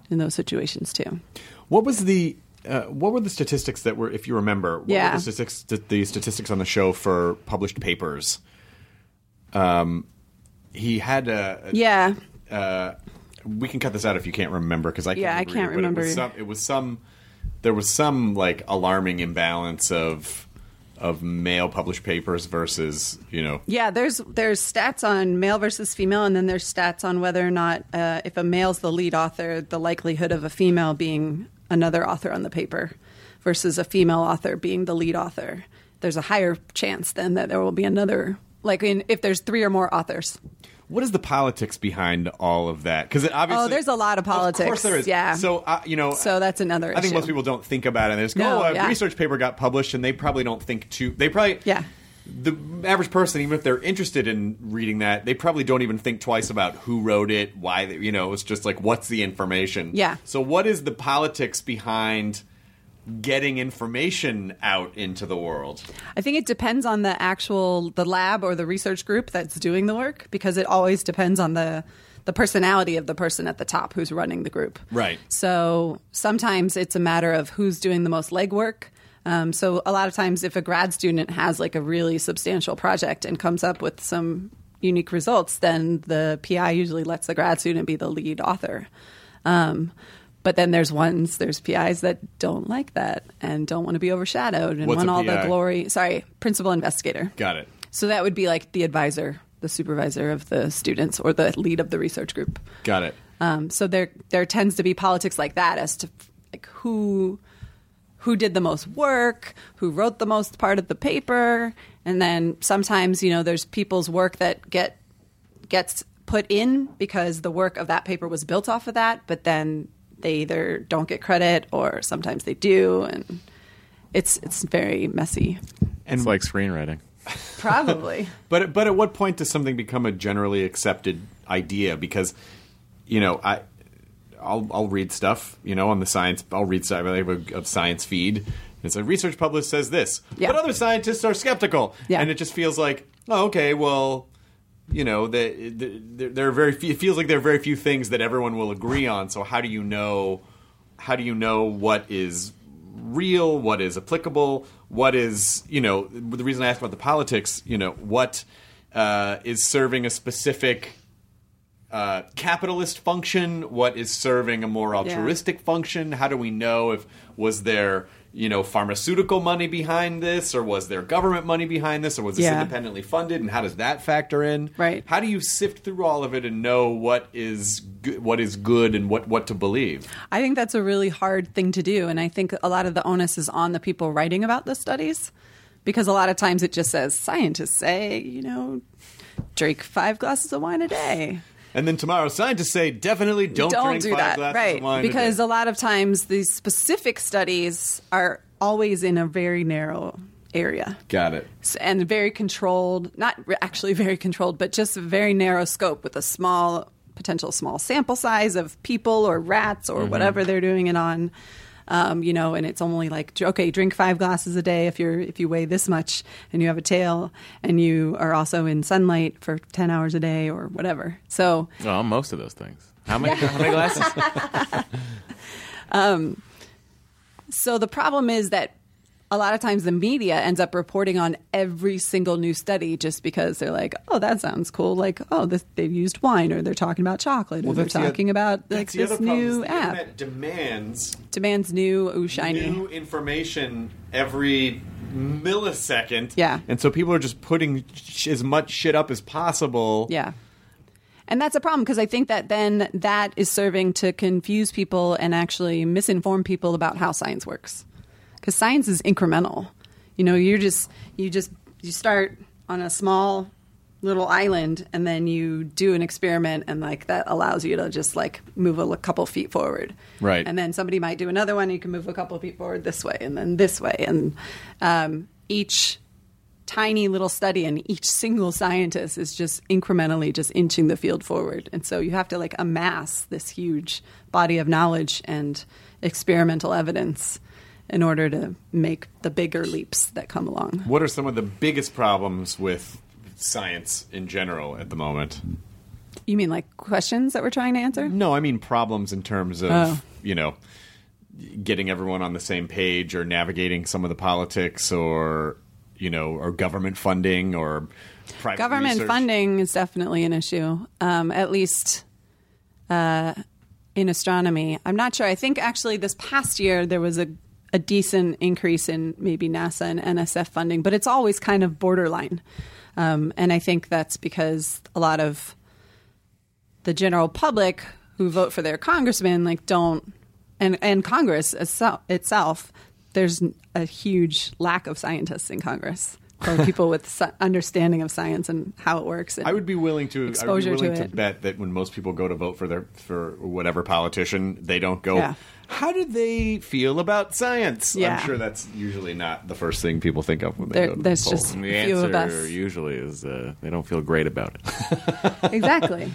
E: in those situations too.
A: what was the? Uh, what were the statistics that were, if you remember, what
E: Yeah.
A: were the statistics, the statistics on the show for published papers? Um, he had a, a
E: Yeah,
A: uh, we can cut this out if you can't remember because I can't
E: Yeah, I
A: remember
E: can't
A: either, But it, was some,
E: remember.
A: it was some. There was some like alarming imbalance of of male published papers versus you know.
E: Yeah, there's there's stats on male versus female, and then there's stats on whether or not uh, if a male's the lead author, the likelihood of a female being another author on the paper versus a female author being the lead author. There's a higher chance then that there will be another, like in, if there's three or more authors.
A: What is the politics behind all of that? Because obviously,
E: Oh, there's a lot of
A: Of course,
E: politics,
A: there is.
E: yeah.
A: So uh, you know,
E: So that's another
A: I think
E: issue.
A: most people don't think about it. They just go,
E: No,
A: "Oh, a
E: yeah.
A: research paper got published," and they probably don't think too. They probably
E: Yeah.
A: The average person, even if they're interested in reading that, they probably don't even think twice about who wrote it, why. They, you know, it's just like, what's the information?
E: Yeah.
A: So, what is the politics behind getting information out into the world?
E: I think it depends on the actual the lab or the research group that's doing the work because it always depends on the the personality of the person at the top who's running the group.
A: Right.
E: So sometimes it's a matter of who's doing the most legwork. Um, so a lot of times, if a grad student has like a really substantial project and comes up with some unique results, then the PI usually lets the grad student be the lead author. Um, but then there's ones, there's PIs that don't like that and don't want to be overshadowed and
A: What's
E: want
A: a
E: all the
A: PI?
E: glory. Sorry, principal investigator.
A: Got it.
E: So that would be like the advisor, the supervisor of the students, or the lead of the research group.
A: Got it.
E: Um, so there there tends to be politics like that as to like who who did the most work, who wrote the most part of the paper, and then sometimes you know there's people's work that get gets put in because the work of that paper was built off of that, but then they either don't get credit or sometimes they do, and it's it's very messy.
D: It's like screenwriting.
E: Probably.
A: But but at what point does something become a generally accepted idea? Because you know I. I'll, I'll read stuff, you know, on the science. I'll read stuff. I have a, a science feed. And it's a research published says this,
E: Yeah.
A: but other scientists are skeptical,
E: Yeah.
A: and it just feels like, oh, okay, well, you know, the, the, there- there are very few, it feels like there are very few things that everyone will agree on. So how do you know? How do you know what is real? What is applicable? What is you know? The reason I asked about the politics, you know, what uh, is serving a specific uh, capitalist function? What is serving a more altruistic function? How do we know if was there you know pharmaceutical money behind this, or was there government money behind this, or was this
E: Yeah.
A: independently funded, and how does that factor in?
E: Right.
A: How do you sift through all of it and know what is go- what is good and what what to believe?
E: I think that's a really hard thing to do. And I think a lot of the onus is on the people writing about the studies because a lot of times it just says scientists say, you know, drink five glasses of wine a day.
A: And then tomorrow, scientists say definitely don't, drink
E: do
A: five
E: that.
A: glasses
E: right.
A: of wine a day.
E: because a lot of times these specific studies are always in a very narrow area.
A: got it.
E: S- and very controlled, not re- actually very controlled, but just a very narrow scope with a small potential small sample size of people or rats or whatever they're doing it on. Um, you know, and it's only like dr- okay, drink five glasses a day if you're if you weigh this much and you have a tail and you are also in sunlight for ten hours a day or whatever. So
D: Well, most of those things. How many, how many glasses?
E: So the problem is that a lot of times the media ends up reporting on every single new study just because they're like, oh, that sounds cool. Like, oh, this, they've used wine, or they're talking about chocolate, or they're
A: that's the oth-
E: talking about like
A: That's the
E: this
A: other problem, is
E: new
A: the
E: app
A: internet demands
E: demands new ooh shiny.
A: new information every millisecond.
E: Yeah.
A: And so people are just putting sh- as much shit up as possible.
E: Yeah. And that's a problem because I think that then that is serving to confuse people and actually misinform people about how science works. Because science is incremental. You know, you're just, you just, you start on a small little island and then you do an experiment and like that allows you to just like move a l- couple feet forward.
A: Right.
E: And then somebody might do another one and you can move a couple feet forward this way and then this way. And um, each tiny little study and each single scientist is just incrementally just inching the field forward and so you have to like amass this huge body of knowledge and experimental evidence in order to make the bigger leaps that come along
A: What are some of the biggest problems with science in general at the moment?
E: you mean like questions that we're trying to answer
A: No, I mean problems in terms of,
E: Oh.
A: you know, getting everyone on the same page or navigating some of the politics or, you know, or government funding or private
E: government
A: research.
E: funding is definitely an issue um, at least uh, in astronomy i'm not sure i think actually this past year there was a, a decent increase in maybe nasa and nsf funding but it's always kind of borderline um, and i think that's because a lot of the general public who vote for their congressmen like don't and and congress itself, itself there's a huge lack of scientists in congress or people with sci- understanding of science and how it works and
A: I would be willing to. I would be
E: Exposure to
A: willing to,
E: it.
A: bet that when most people go to vote for their for whatever politician, they don't go.
E: Yeah.
A: How do they feel about science?
E: Yeah.
A: I'm sure that's usually not the first thing people think of when they
E: There-
A: go to
E: there's
A: the polls.
E: just-
D: the
E: Few of
D: answer
E: us.
D: usually is uh, they don't feel great about it.
E: exactly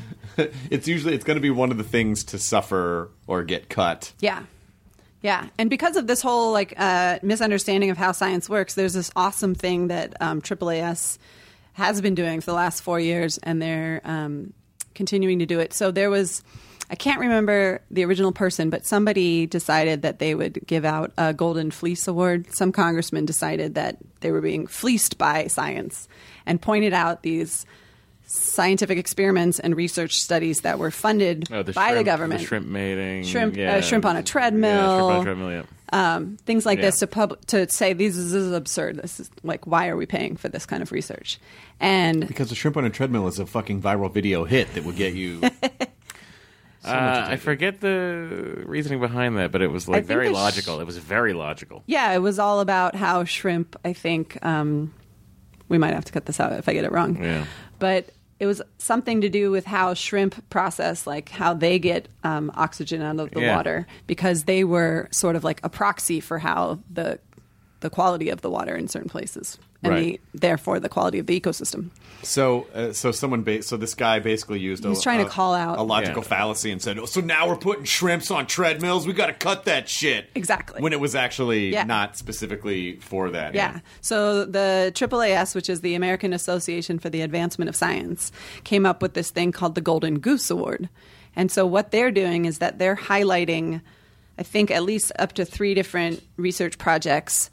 A: It's usually it's going to be one of the things to suffer or get cut.
E: Yeah. Yeah. And because of this whole like uh, misunderstanding of how science works, there's this awesome thing that um, AAAS has been doing for the last four years, and they're um, continuing to do it. So there was, I can't remember the original person, but somebody decided that they would give out a Golden Fleece Award. Some congressman decided that they were being fleeced by science and pointed out these scientific experiments and research studies that were funded
D: Oh, the
E: by
D: shrimp,
E: the government
D: the shrimp mating,
E: Shrimp- uh,
D: yeah.
E: shrimp on a
D: Yeah,
E: treadmill.
D: shrimp on a treadmill. Yeah.
E: um, things like
D: Yeah.
E: this to pub- to say these is, this is absurd. This is like why are we paying for this kind of research? And
A: Because the shrimp on a treadmill is a fucking viral video hit that will get you.
D: Uh, I forget the reasoning behind that, but it was like
E: think
D: very
E: the sh-
D: logical. It was very logical.
E: yeah, it was all about how shrimp. I think um, we might have to cut this out if I get it wrong.
D: Yeah.
E: but it was something to do with how shrimp process, like how they get um, oxygen out of the
D: Yeah.
E: water, because they were sort of like a proxy for how the the quality of the water in certain places, and
A: Right.
E: the, therefore the quality of the ecosystem.
A: so, uh, so someone, ba- so this guy basically used.
E: was
A: a,
E: trying to
A: a-
E: call out-
A: a logical
D: Yeah.
A: fallacy and said, oh, "So now we're putting shrimps on treadmills. We got to cut that shit."
E: Exactly.
A: When it was actually
E: Yeah.
A: not specifically for that.
E: Yeah. So the AAAS, which is the American Association for the Advancement of Science, came up with this thing called the Golden Goose Award. And so what they're doing is that they're highlighting, I think, at least up to three different research projects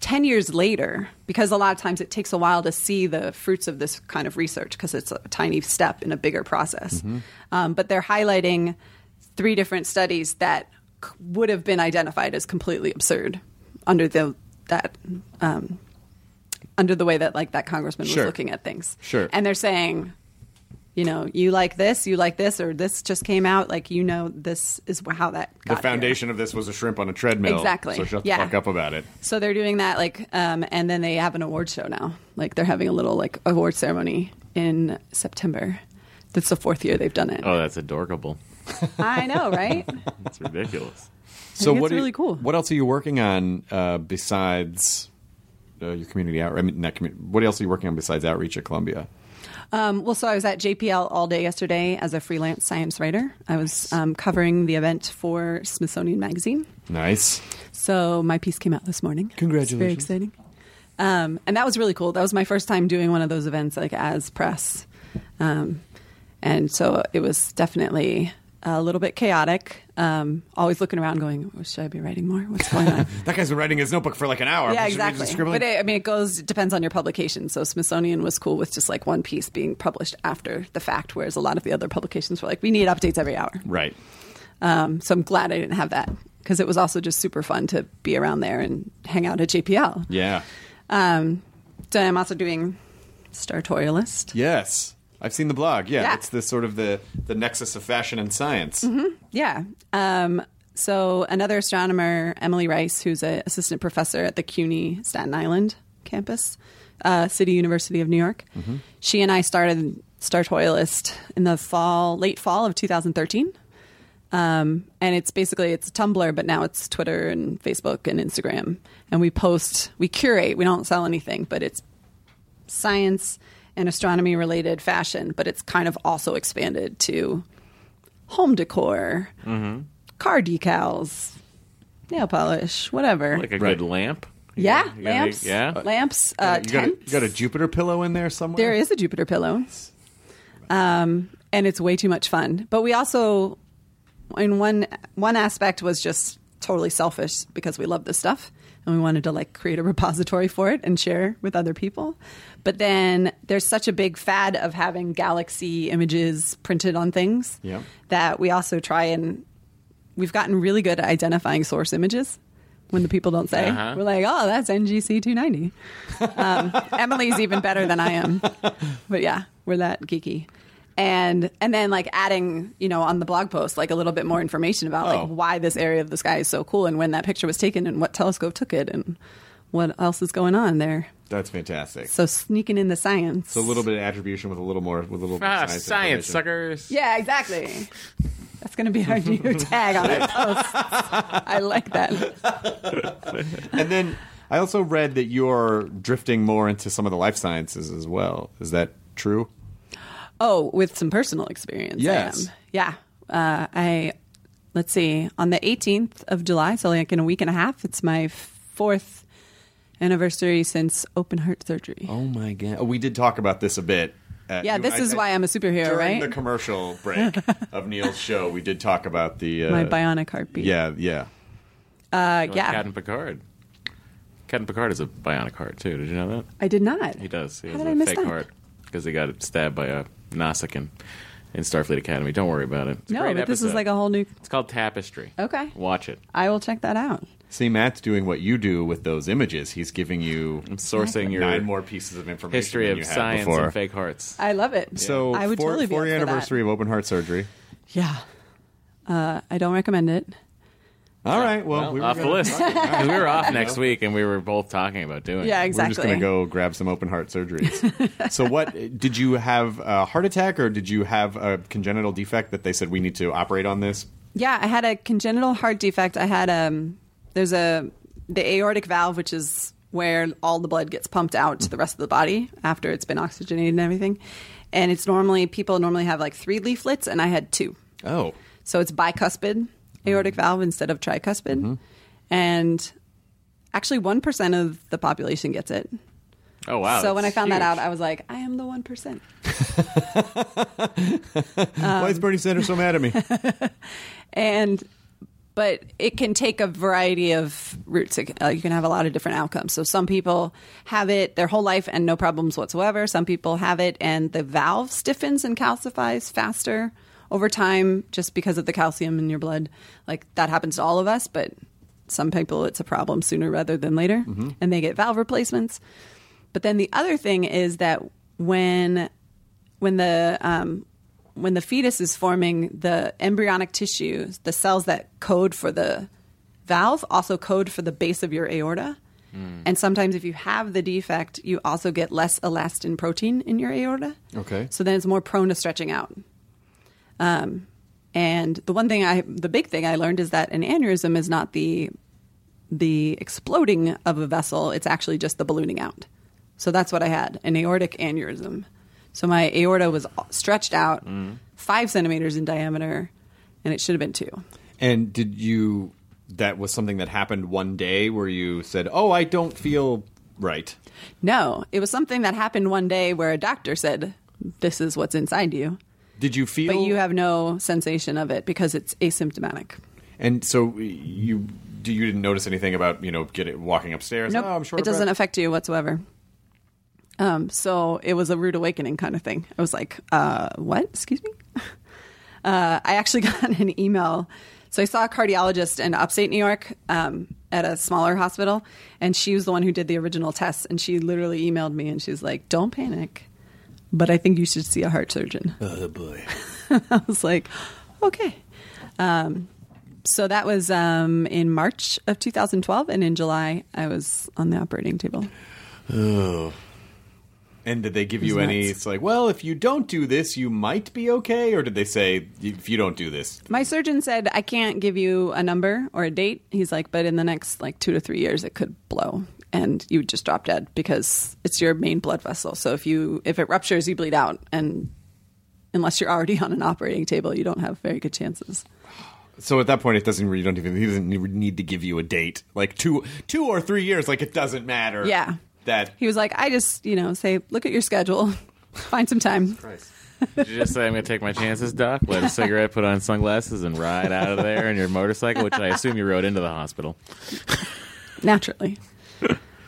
E: 10 years later, because a lot of times it takes a while to see the fruits of this kind of research because it's a tiny step in a bigger process.
A: Mm-hmm.
E: Um, but they're highlighting three different studies that c- would have been identified as completely absurd under the that um, under the way that like that congressman
A: Sure.
E: was looking at things.
A: Sure.
E: And they're saying, you know, you like this, you like this, or this just came out. Like you know, this is how that got
A: The
E: here.
A: foundation of this was a shrimp on a treadmill.
E: Exactly.
A: So shut the
E: Yeah.
A: fuck up about it.
E: So they're doing that, like, um, and then they have an award show now. Like they're having a little like award ceremony in September. That's the fourth year they've done it.
D: Oh, that's adorable.
E: I know, right?
D: That's ridiculous.
A: So
E: think
A: what?
E: it's
A: do you-
E: really cool.
A: What else are you working on uh, besides uh, your community outreach? I mean, not community. What else are you working on besides outreach at Columbia?
E: Um, well, so I was at JPL all day yesterday as a freelance science writer. I was um, covering the event for Smithsonian Magazine.
A: Nice.
E: So my piece came out this morning.
A: Congratulations.
E: It's very exciting. Um, and that was really cool. That was my first time doing one of those events, like as press. Um, and so it was definitely a little bit chaotic. Um, always looking around, going, oh, "Should I be writing more? What's going on?"
A: That guy's been writing his notebook for like an hour.
E: yeah,
A: Should we just
E: exactly.
A: scribble it?
E: But it, I mean, it goes it depends on your publication. So Smithsonian was cool with just like one piece being published after the fact, whereas a lot of the other publications were like, "We need updates every hour."
A: right.
E: Um, so I'm glad I didn't have that because it was also just super fun to be around there and hang out at JPL.
A: Yeah.
E: Um, so I'm also doing Startorialist.
A: Yes. I've seen the blog. Yeah,
E: Yeah. Mm-hmm.
A: it's the sort of the the nexus of fashion and science.
E: Yeah. Um, so another astronomer, Emily Rice, who's an assistant professor at the CUNY Staten Island campus, uh, City University of New York. She and I started Startoilist in the fall, late fall of 2013. Um, and it's basically it's Tumblr, but now it's Twitter and Facebook and Instagram. And we post, we curate. We don't sell anything, but it's science and astronomy related fashion. But it's kind of also expanded to home decor,
A: Mm-hmm.
E: car decals, nail polish, whatever.
D: Like a
A: Right.
D: good lamp. You
E: yeah,
D: gotta- you gotta-
E: lamps.
D: Yeah.
E: lamps. Uh,
A: you, got a, you
E: tents.
A: got a Jupiter pillow in there somewhere.
E: There is a Jupiter pillow. Um, and it's way too much fun. But we also, in one one aspect, was just totally selfish because we love this stuff and we wanted to like create a repository for it and share with other people. But then there's such a big fad of having galaxy images printed on things
A: Yeah.
E: that we also try and we've gotten really good at identifying source images. When the people don't say,
D: Uh-huh.
E: we're like, oh, that's NGC 290. Um, Emily's even better than I am but yeah, we're that geeky. And and then like adding, you know, on the blog post like a little bit more information about
A: Oh.
E: like why this area of the sky is so cool and when that picture was taken and what telescope took it and what else is going on there.
A: That's fantastic.
E: So sneaking in the science.
A: So a little bit of attribution with a little more with a little more
D: Ah,
A: science,
D: science
A: information.
D: suckers.
E: Yeah, exactly. That's going to be our new tag on our post. I like that.
A: And then I also read that you're drifting more into some of the life sciences as well. Is that true?
E: Oh, with some personal experience.
A: Yes.
E: I am. Yeah. Uh, I let's see. On the 18th of July, so like in a week and a half, it's my fourth anniversary since open heart surgery.
A: Oh my god! We did talk about this a bit. Uh,
E: yeah,
A: you-
E: this
A: I-
E: is
A: I-
E: why I'm a superhero,
A: during
E: right?
A: the commercial break of Neil's show. We did talk about the uh,
E: my bionic heartbeat.
A: Yeah, yeah.
E: Uh,
D: Like
E: yeah.
D: Captain Picard. Captain Picard is a bionic heart too. Did you know that?
E: I did not.
D: He does. He
E: How
D: has
E: did
D: a
E: I miss
D: fake
E: that?
D: heart because he got stabbed by a Nausicaan in Starfleet Academy. Don't worry about it. It's a
E: No,
D: great
E: but this is
D: episode.
E: like a whole new.
D: It's called Tapestry.
E: Okay.
D: Watch it.
E: I will check that out.
A: See, Matt's doing what you do with those images. He's giving you
D: I'm sourcing your
A: nine more pieces of information.
D: history
A: than
D: of
A: you had
D: science
A: before.
D: and fake hearts.
E: I love it.
A: So
E: I would
A: for,
E: totally be
A: for
E: up
A: your
E: for that.
A: anniversary of open heart surgery.
E: Yeah. Uh, I don't recommend it.
A: All right. Well,
E: Oh,
D: Well,
A: we were
D: off the
A: gonna-
D: list. 'Cause we were off next week and we were both talking about doing
E: Yeah,
D: it.
A: We're
E: exactly.
A: just going to go grab some open heart surgeries. so, what did you have a heart attack or did you have a congenital defect that they said we need to operate on this?
E: Yeah, I had a congenital heart defect. I had um there's a the aortic valve which is where all the blood gets pumped out to the rest of the body after it's been oxygenated and everything. And it's normally people normally have like 3 leaflets and I had 2.
A: Oh,
E: So it's bicuspid aortic
D: Mm-hmm.
E: valve instead of tricuspid. And actually 1% of the population gets it.
D: Oh wow.
E: so when I
D: that's
E: found that out,
D: huge.
E: I was like, I am the 1%.
A: why
E: Um,
A: is Bernie Sanders so mad at me?
E: and but it can take a variety of routes. It, uh, you can have a lot of different outcomes. So some people have it their whole life and no problems whatsoever. Some people have it and the valve stiffens and calcifies faster over time just because of the calcium in your blood. Like that happens to all of us, but some people it's a problem sooner rather than later, and they get valve replacements. But then the other thing is that when when the um, when the fetus is forming, the embryonic tissue, the cells that code for the valve, also code for the base of your aorta. And sometimes, if you have the defect, you also get less elastin protein in your aorta.
A: Okay.
E: So then it's more prone to stretching out. Um, and the one thing I, the big thing I learned is that an aneurysm is not the the exploding of a vessel; it's actually just the ballooning out. So that's what I had an aortic aneurysm. So my aorta was stretched out five centimeters in diameter, and it should have been two.
A: And did you? That was something that happened one day where you said, "Oh, I don't feel right."
E: No, it was something that happened one day where a doctor said, "This is what's inside you,"
A: Did you feel?
E: but you have no sensation of it because it's asymptomatic.
A: And so you do. You didn't notice anything about you know get it walking upstairs.
E: Nope.
A: Oh, I'm short
E: it doesn't
A: breath."
E: affect you whatsoever. Um, so it was a rude awakening kind of thing. I was like, uh, what? Excuse me? Uh, I actually got an email. So I saw a cardiologist in upstate New York um, at a smaller hospital, and she was the one who did the original tests. And she literally emailed me and she was like, don't panic, but I think you should see a heart surgeon. Oh, boy. I was like, okay. Um, so that was um, in March of 2012, and in July I was on the operating table.
A: And did they give you
E: was
A: any?
E: nuts.
A: It's like, well, if you don't do this, you might be okay. Or did they say if you don't do this?
E: My surgeon said I can't give you a number or a date. He's like, but in the next like two to three years it could blow, and you would just drop dead because it's your main blood vessel. So if you if it ruptures, you bleed out, and unless you're already on an operating table, you don't have very good chances.
A: So at that point, it doesn't. You don't even. He doesn't need to give you a date. Like two, two or three years. Like it doesn't matter.
E: Yeah.
A: That.
E: He was like, I just you know say look at your schedule, find some time.
D: Did you just say I'm going to take my chances, Doc? Light a cigarette, put on sunglasses, and ride out of there on your motorcycle, which I assume you rode into the hospital.
E: naturally.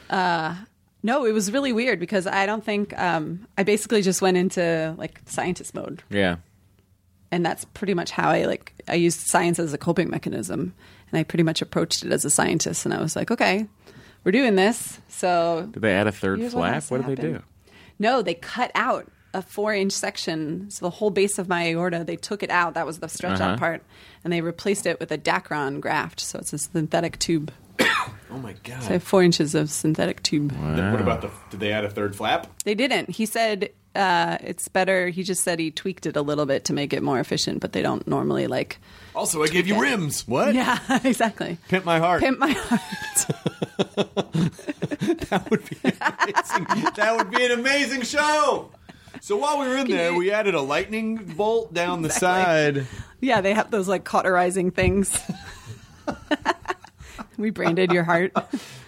E: uh, no, it was really weird because I don't think um, I basically just went into like scientist mode,
D: Yeah.
E: and that's pretty much how I like I used science as a coping mechanism, and I pretty much approached it as a scientist, and I was like, okay, we're doing this, so
D: Did they add a third
E: Here's what
D: flap?
E: has
D: What did they do?
E: happened. No, they cut out a four inch section. So the whole base of my aorta, they took it out. That was the stretch
D: Uh-huh.
E: out part. And they replaced it with a Dacron graft. So it's a synthetic tube.
A: Oh my god.
E: So I have four inches of synthetic tube.
A: Then What about the? Did they add a third flap?
E: They didn't. He said uh, it's better. He just said he tweaked it a little bit to make it more efficient, but they don't normally like.
A: Also, I gave you rims. What?
E: Yeah, exactly.
A: Pimp my heart.
E: Pimp my heart.
A: That would be amazing. that would be an amazing show. So while we were in there,
E: you-
A: we added a lightning bolt down the side.
E: yeah, they have those like cauterizing things. we branded your heart.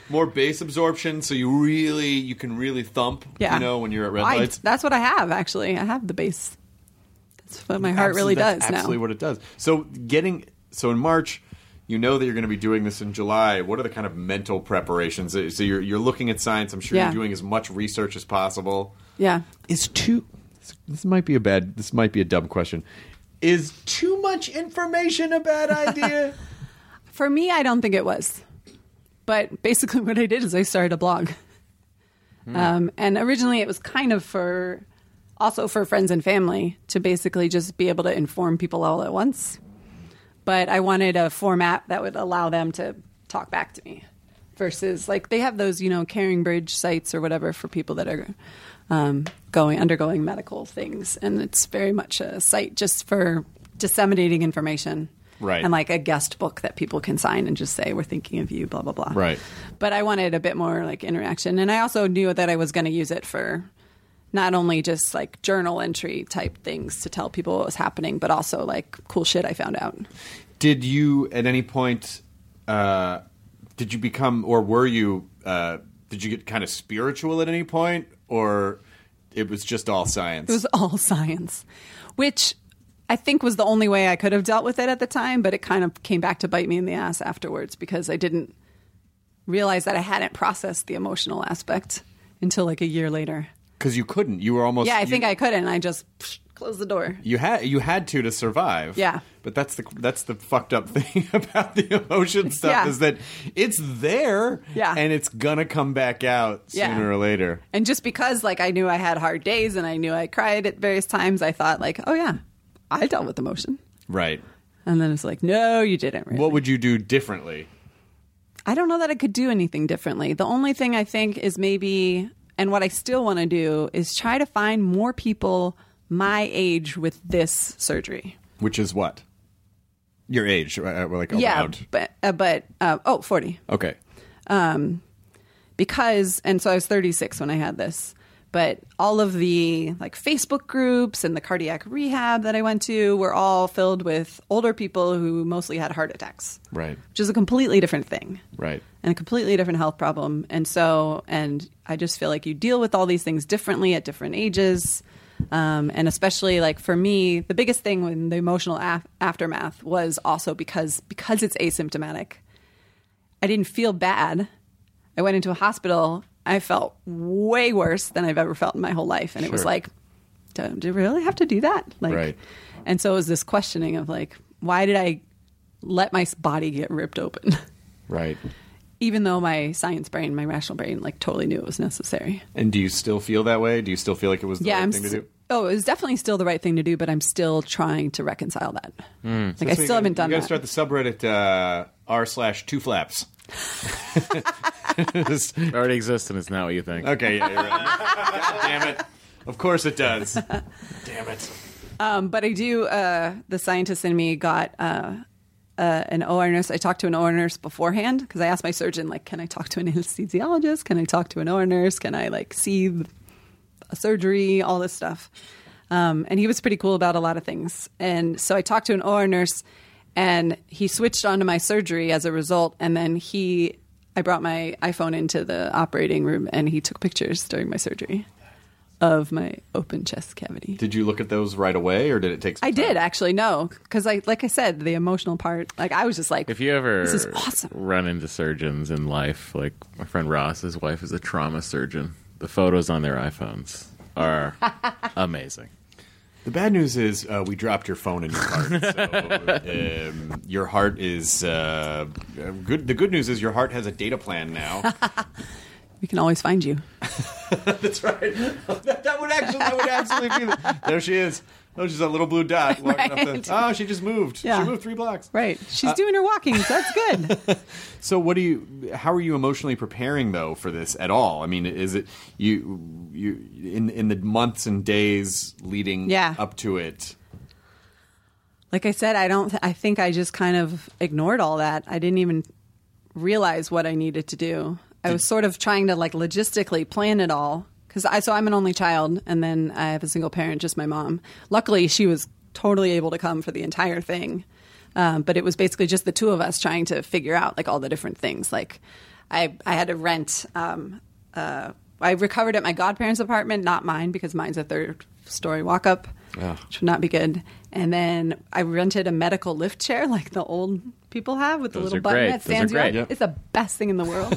A: More bass absorption, so you really you can really thump.
E: Yeah.
A: You know when you're at red
E: I-
A: lights.
E: that's what I have actually. I have the base. That's what my heart
A: Absolutely,
E: really
A: that's
E: does now.
A: Absolutely, what it does. So getting so in March, you know that you're going to be doing this in July. What are the kind of mental preparations? So you're you're looking at science. I'm sure
E: Yeah.
A: you're doing as much research as possible.
E: yeah.
A: Is too this might be a bad this might be a dumb question. Is too much information a bad idea?
E: For me, I don't think it was. But basically, what I did is I started a blog. Um, and originally, it was kind of for also for friends and family to basically just be able to inform people all at once. But I wanted a format that would allow them to talk back to me versus like they have those, you know, Caring Bridge sites or whatever for people that are um, going undergoing medical things. And it's very much a site just for disseminating information.
A: Right.
E: And like a guest book that people can sign and just say, we're thinking of you, blah, blah, blah
A: Right.
E: but I wanted a bit more like interaction. And I also knew that I was going to use it for not only just like journal entry type things to tell people what was happening, but also like cool shit I found out.
A: did you at any point uh, did you become or were you uh, did you get kind of spiritual at any point or it was just all science?
E: It was all science, which I think was the only way I could have dealt with it at the time, but it kind of came back to bite me in the ass afterwards because I didn't realize that I hadn't processed the emotional aspect until like a year later.
A: because you couldn't. You were almost
E: Yeah, I
A: you-
E: think I couldn't. I just psh, Close the door.
A: You had you had to to survive.
E: Yeah.
A: But that's the that's the fucked up thing about the emotion stuff
E: Yeah.
A: is that it's there.
E: Yeah.
A: And it's gonna come back out
E: Yeah.
A: sooner or later.
E: And just because like I knew I had hard days and I knew I cried at various times, I thought like, oh yeah, I dealt with emotion.
A: Right.
E: And then it's like, no, you didn't. Really.
A: What would you do differently?
E: I don't know that I could do anything differently. The only thing I think is maybe, and what I still want to do is try to find more people my age with this surgery.
A: Which is what? Your age, uh, we're like
E: yeah,
A: around.
E: but uh, but uh, oh, 40.
A: Okay.
E: um, because and so I was 36 when I had this. But all of the like Facebook groups and the cardiac rehab that I went to were all filled with older people who mostly had heart attacks,
A: Right.
E: which is a completely different thing
A: Right.
E: and a completely different health problem. And so, and I just feel like you deal with all these things differently at different ages. Um, and especially like for me, the biggest thing when the emotional af- aftermath was also because because it's asymptomatic, I didn't feel bad. I went into a hospital. I felt way worse than I've ever felt in my whole life, and it was
A: Sure.
E: like, do, do you really have to do that? Like,
A: Right.
E: and so it was this questioning of like, why did I let my s- body get ripped open?
A: Right.
E: even though my science brain, my rational brain, like totally knew it was necessary.
A: And do you still feel that way? Do you still feel like it was the
E: yeah,
A: right
E: I'm.
A: thing
E: s-
A: to do?
E: Oh, it was definitely still the right thing to do, but I'm still trying to reconcile that. Like I
A: Hmm. So you
E: still
A: gotta-
E: haven't done
A: You
E: that.
A: gotta start the subreddit uh, r slash two flaps. Just-
D: It already exists and it's not what you think.
A: okay, yeah, you're right. God damn it! Of course it does. Damn it!
E: um, but I do. Uh, the scientist in me got uh, uh, an OR nurse. I talked to an OR nurse beforehand because I asked my surgeon, like, can I talk to an anesthesiologist? Can I talk to an OR nurse? Can I like see th- a surgery? All this stuff. Um, and he was pretty cool about a lot of things. And so I talked to an OR nurse, and he switched onto my surgery as a result. And then he, I brought my iPhone into the operating room, and he took pictures during my surgery of my open chest cavity.
A: Did you look at those right away, or did it take? Some
E: I
A: time?
E: did actually no, because I like I said the emotional part. Like I was just like,
D: If you ever
E: this is awesome.
D: run into surgeons in life, like my friend Ross, his wife is a trauma surgeon. The photos on their iPhones are amazing.
A: The bad news is uh, we dropped your phone in your heart. so, um, your heart is uh, good. The good news is your heart has a data plan now.
E: We can always find you.
A: That's right. that, that would actually, that would absolutely be. The, there she is. Oh, she's a little blue dot walking up
E: Right.
A: the. Oh, she just moved.
E: Yeah.
A: She moved three blocks.
E: Right? She's
D: Uh,
E: doing her walking. So that's good.
A: So, what do you? How are you emotionally preparing though for this at all? I mean, is it you? You in in the months and days leading
E: Yeah.
A: up to it?
E: like I said, I don't. I think I just kind of ignored all that. I didn't even realize what I needed to do. I was sort of trying to like logistically plan it all because I. So I'm an only child, and then I have a single parent, just my mom. Luckily, she was totally able to come for the entire thing. Um, but it was basically just the two of us trying to figure out like all the different things. Like, I I had to rent. Um, uh, I recovered at my godparents' apartment, not mine because mine's a third story walk up, which would not be good. And then I rented a medical lift chair like the old people have with
D: Those
E: the little
D: are
E: button
D: great.
E: that
D: Those are
E: stands you
D: great.
E: up.
D: Yep.
E: It's the best thing in the world.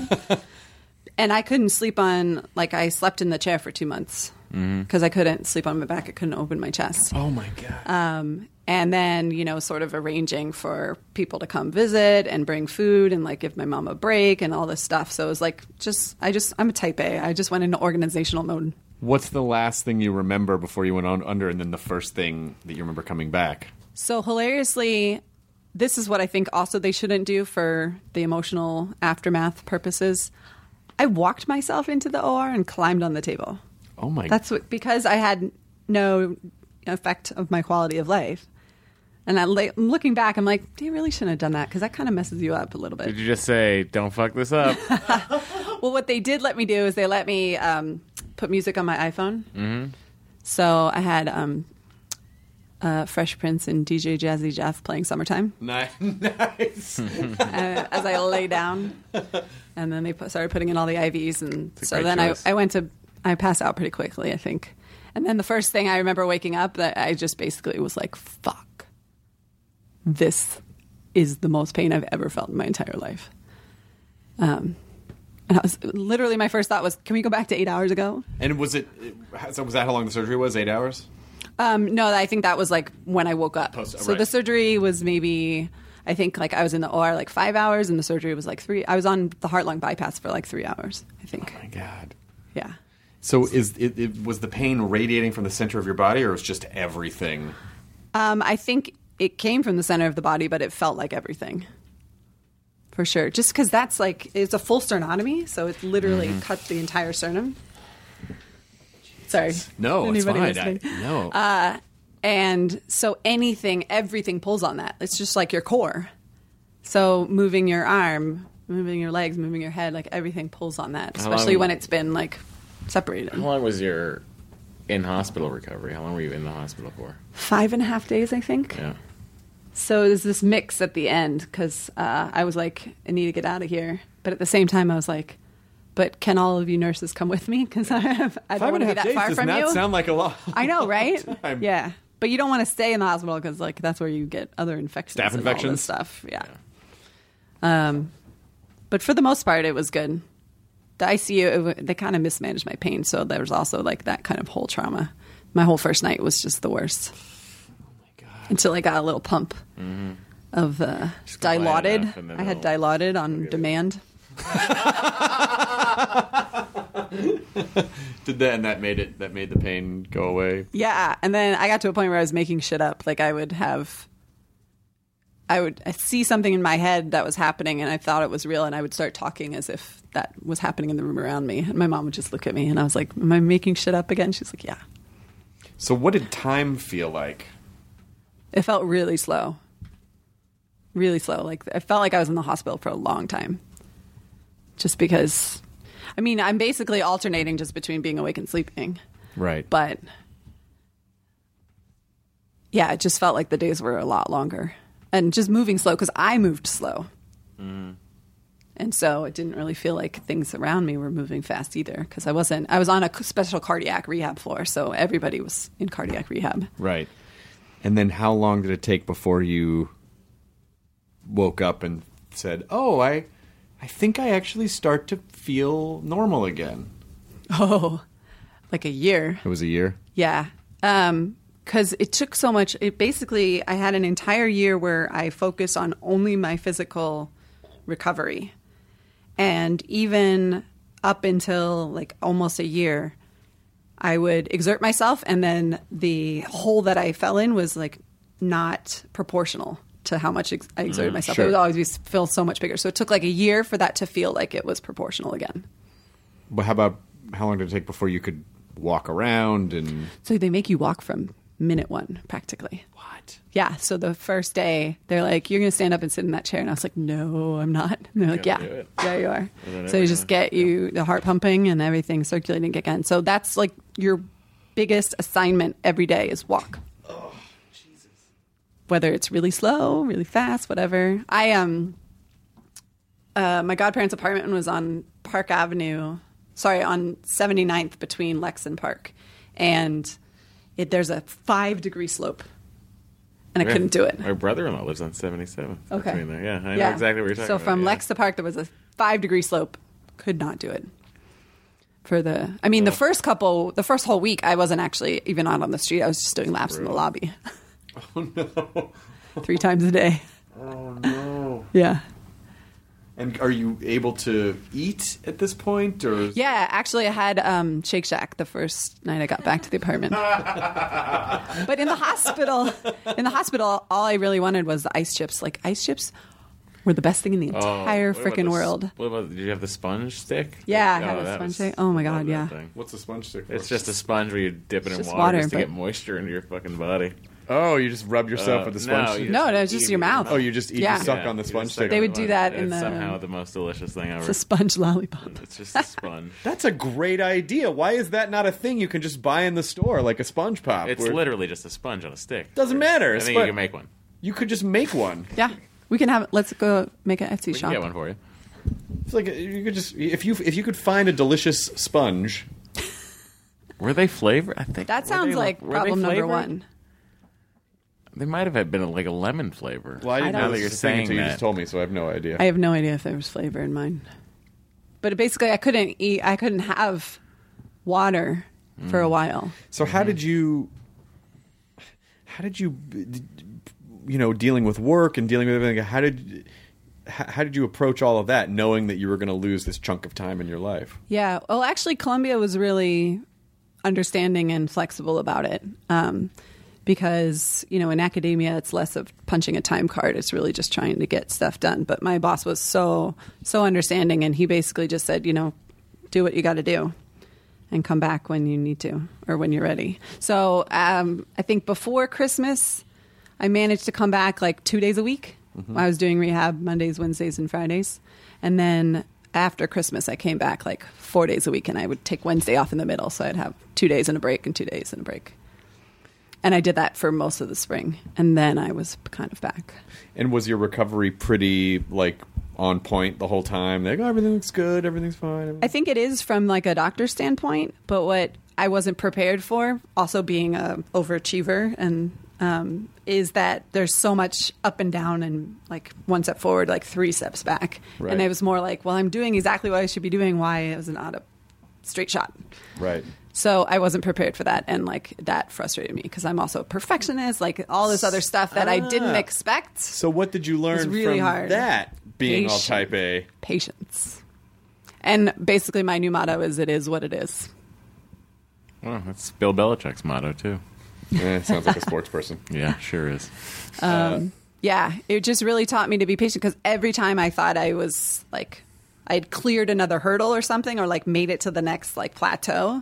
E: and I couldn't sleep on like I slept in the chair for two months
D: Mm-hmm.
E: because I couldn't sleep on my back. I couldn't open my chest.
A: Oh my god!
E: Um, and then, you know, sort of arranging for people to come visit and bring food and like give my mom a break and all this stuff. So it was like, just, I just, I'm a type A. I just went into organizational mode.
A: What's the last thing you remember before you went on under, and then the first thing that you remember coming back?
E: So hilariously, this is what I think also they shouldn't do for the emotional aftermath purposes. I walked myself into the OR and climbed on the table.
A: Oh my!
E: That's what, because I had no effect of my quality of life. And I, la- I'm looking back, I'm like, they really shouldn't have done that because that kind of messes you up a little bit.
D: Did you just say, don't fuck this up?
E: Well, what they did let me do is they let me um, put music on my iPhone. Mm-hmm. So I had um, uh, Fresh Prince and DJ Jazzy Jeff playing "Summertime"
A: nice.
E: uh, as I lay down, and then they put, started putting in all the IVs, and
D: a
E: so
D: great
E: then I,
D: choice.
E: I went to I passed out pretty quickly, I think. And then the first thing I remember waking up that I just basically was like, "Fuck, this is the most pain I've ever felt in my entire life." Um, and I was literally my first thought was, "Can we go back to eight hours ago?"
A: and was it? So was that how long the surgery was? Eight hours.
E: Um, no, I think that was like when I woke up.
A: Post-
E: so the
A: right.
E: surgery was maybe, I think like I was in the OR like five hours, and the surgery was like three. I was on the heart lung bypass for like three hours. I think.
A: Oh My God.
E: Yeah.
A: So is it, it was the pain radiating from the center of your body, or was just everything?
E: Um, I think it came from the center of the body, but it felt like everything. For sure, just because that's like it's a full sternotomy, so it literally
A: Mm-hmm.
E: cut the entire sternum. Sorry.
A: No, it's
E: Anybody
A: fine.
E: listening? Uh,
A: I- no,
E: And so anything, everything pulls on that. It's just like your core. So moving your arm, moving your legs, moving your head, like everything pulls on that,
D: How
E: especially
D: long-
E: when it's been like separated.
D: How long was your in hospital recovery? How long were you in the hospital for?
E: Five and a half days, I think.
D: Yeah.
E: So there's this mix at the end because uh, I was like, I need to get out of here. But at the same time, I was like, but can all of you nurses come with me? Because I, have- I don't
A: five
E: want
A: and a half
E: to be that
A: days
E: far
A: does
E: from
A: not
E: you.
A: sound like a lot.
E: I know, right?
A: time.
E: Yeah, but you don't want to stay in the hospital because like that's where you get other infections,
A: Staph
E: and all this
A: infections?
E: stuff. Yeah. Um, but for the most part, it was good. The ICU, it, wa- they kind of mismanaged my pain, so there was also like that kind of whole trauma. My whole first night was just the worst. Until I got a little pump of uh,
D: go light it
E: dilaudid.
D: up and then
E: I had
D: it'll-
E: dilaudid on demand.
A: Did that, and that made it. That made the pain go away.
E: Yeah, and then I got to a point where I was making shit up. Like I would have, I would see something in my head that was happening, and I thought it was real, and I would start talking as if that was happening in the room around me. And my mom would just look at me, and I was like, "Am I making shit up again?" She's like, "Yeah."
A: So, what did time feel like?
E: It felt really slow, really slow. Like I felt like I was in the hospital for a long time, just because. I mean, I'm basically alternating just between being awake and sleeping.
D: Right.
E: but yeah, it just felt like the days were a lot longer and just moving slow because I moved slow. And so it didn't really feel like things around me were moving fast either because I wasn't, I was on a c- special cardiac rehab floor. So everybody was in cardiac rehab.
A: Right. And then, how long did it take before you woke up and said, "Oh, I, I think I actually start to feel normal again"?
E: Oh, like a year.
A: It was a year.
E: Yeah. Um, because it took so much. It basically, I had an entire year where I focused on only my physical recovery. And even up until like almost a year, I would exert myself. And then the hole that I fell in was like not proportional to how much ex- I exerted myself. It
A: sure.
E: would always be, feel so much bigger. So it took like a year for that to feel like it was proportional again.
A: But how about how long did it take before you could walk around and
E: So they make you walk from minute one practically.
A: what?
E: Yeah. So the first day, they're like, "You're going to stand up and sit in that chair," and I was like, "No, I'm not." And they're like,
D: Yeah,
E: "Yeah,
D: do it.
E: yeah, you are."
D: then
E: So you just get you the heart pumping and everything circulating again. So that's like your biggest assignment every day is walk. Oh, Jesus. Whether it's really slow, really fast, whatever. I um, uh, my godparents' apartment was on Park Avenue, sorry, on 79th between Lex and Park, and it, there's a five degree slope, and I
D: Yeah.
E: couldn't do it.
D: My brother-in-law lives on 77.
E: Okay.
D: Between there. Yeah, I know exactly what you're talking
E: so
D: about.
E: from
D: yeah.
E: Lex to Park, there was a five degree slope. Could not do it. For the, I mean,
D: Oh.
E: the first couple, the first whole week, I wasn't actually even out on the street. I was just doing laps in the lobby. Oh no! Three times a day. Oh no! Yeah,
A: And are you able to eat at this point or
E: yeah. Actually, I had um, Shake Shack the first night I got back to the apartment. but in the hospital, in the hospital, all I really wanted was the ice chips. Like ice chips were the best thing in the
D: Oh,
E: entire
D: what about
E: freaking
D: the s-
E: world.
D: What about? Did you have the sponge stick?
E: Yeah, I had a
D: that
E: sponge stick. Oh my
D: I love
E: God,
D: that
E: yeah.
D: thing.
A: What's a sponge stick? For?
D: It's just a sponge where you dip it in
E: just
D: water,
E: water,
D: just to
E: but-
D: get moisture into your fucking body.
F: Oh, you just rub yourself
D: Uh,
F: with the sponge.
D: no,
F: stick?
D: you
E: No, no,
D: eat
E: it's just
D: it
E: your
D: with
E: mouth.
F: oh, you just eat
E: Yeah.
F: and suck
D: Yeah,
F: on the
D: you
F: sponge
D: just
F: stick.
D: suck
E: They
D: on
E: would
D: it.
E: do that in
D: It's
E: the-
D: somehow the most delicious thing ever.
E: It's a sponge lollipop.
D: It's just a sponge.
F: That's a great idea. Why is that not a thing you can just buy in the store like a sponge pop?
D: It's
F: where-
D: literally just a sponge on a stick.
F: Doesn't matter.
D: I
F: It's
D: think
F: fun-
D: you can make one.
F: You could just make one.
E: Yeah, we can have. Let's go make an Etsy
D: We
E: shop.
D: can get one for you.
F: It's like uh, you could just if you if you could find a delicious sponge.
D: Were they flavored? I think
E: That
D: were
E: sounds
D: they-
E: like
D: were they
E: problem number
D: flavored?
E: one.
D: They might have had been like a lemon flavor.
F: Well, I didn't
E: don't-
F: know
D: Now that
F: this
D: you're
F: was a thing
D: saying
F: until you
D: that.
F: just told me, so I have no idea.
E: I have no idea if there was flavor in mine, but basically, I couldn't eat. I
D: Mm.
E: couldn't have water for a while.
F: so how did you how did you you know dealing with work and dealing with everything how did how how did you approach all of that knowing that you were going to lose this chunk of time in your life
E: Yeah. Well, actually, Columbia was really understanding and flexible about it um, because, you know, in academia, it's less of punching a time card. It's really just trying to get stuff done. But my boss was so, so understanding. And he basically just said, you know, do what you got to do and come back when you need to or when you're ready. So um, I think before Christmas, I managed to come back like two days a week. I was doing rehab Mondays, Wednesdays, and Fridays. And then after Christmas, I came back like four days a week and I would take Wednesday off in the middle. So I'd have two days and a break and two days and a break. And I did that for most of the spring. And then I was kind of back.
F: and was your recovery pretty like on point the whole time like oh, everything looks good everything's fine
E: I think it is from like a doctor's standpoint, but what I wasn't prepared for, also being a overachiever, and um, is that there's so much up and down, and like one step forward, like three steps back,
F: Right.
E: and I was more like, well, I'm doing exactly what I should be doing. Why is it not a straight shot?
F: right
E: So I wasn't prepared for that, and like that frustrated me because I'm also a perfectionist, like all this other stuff that I didn't
F: Ah.
E: expect.
F: so what did you learn
E: really
F: from
E: hard.
F: that being all
E: Patient.
F: type a
E: Patience, and basically my new motto is, "It is what it is."
D: Well, that's Bill Belichick's motto too.
F: Eh, sounds like a sports person
D: Yeah, sure is.
E: yeah, it just really taught me to be patient because every time I thought I was like, I had cleared another hurdle or something, or like made it to the next like plateau,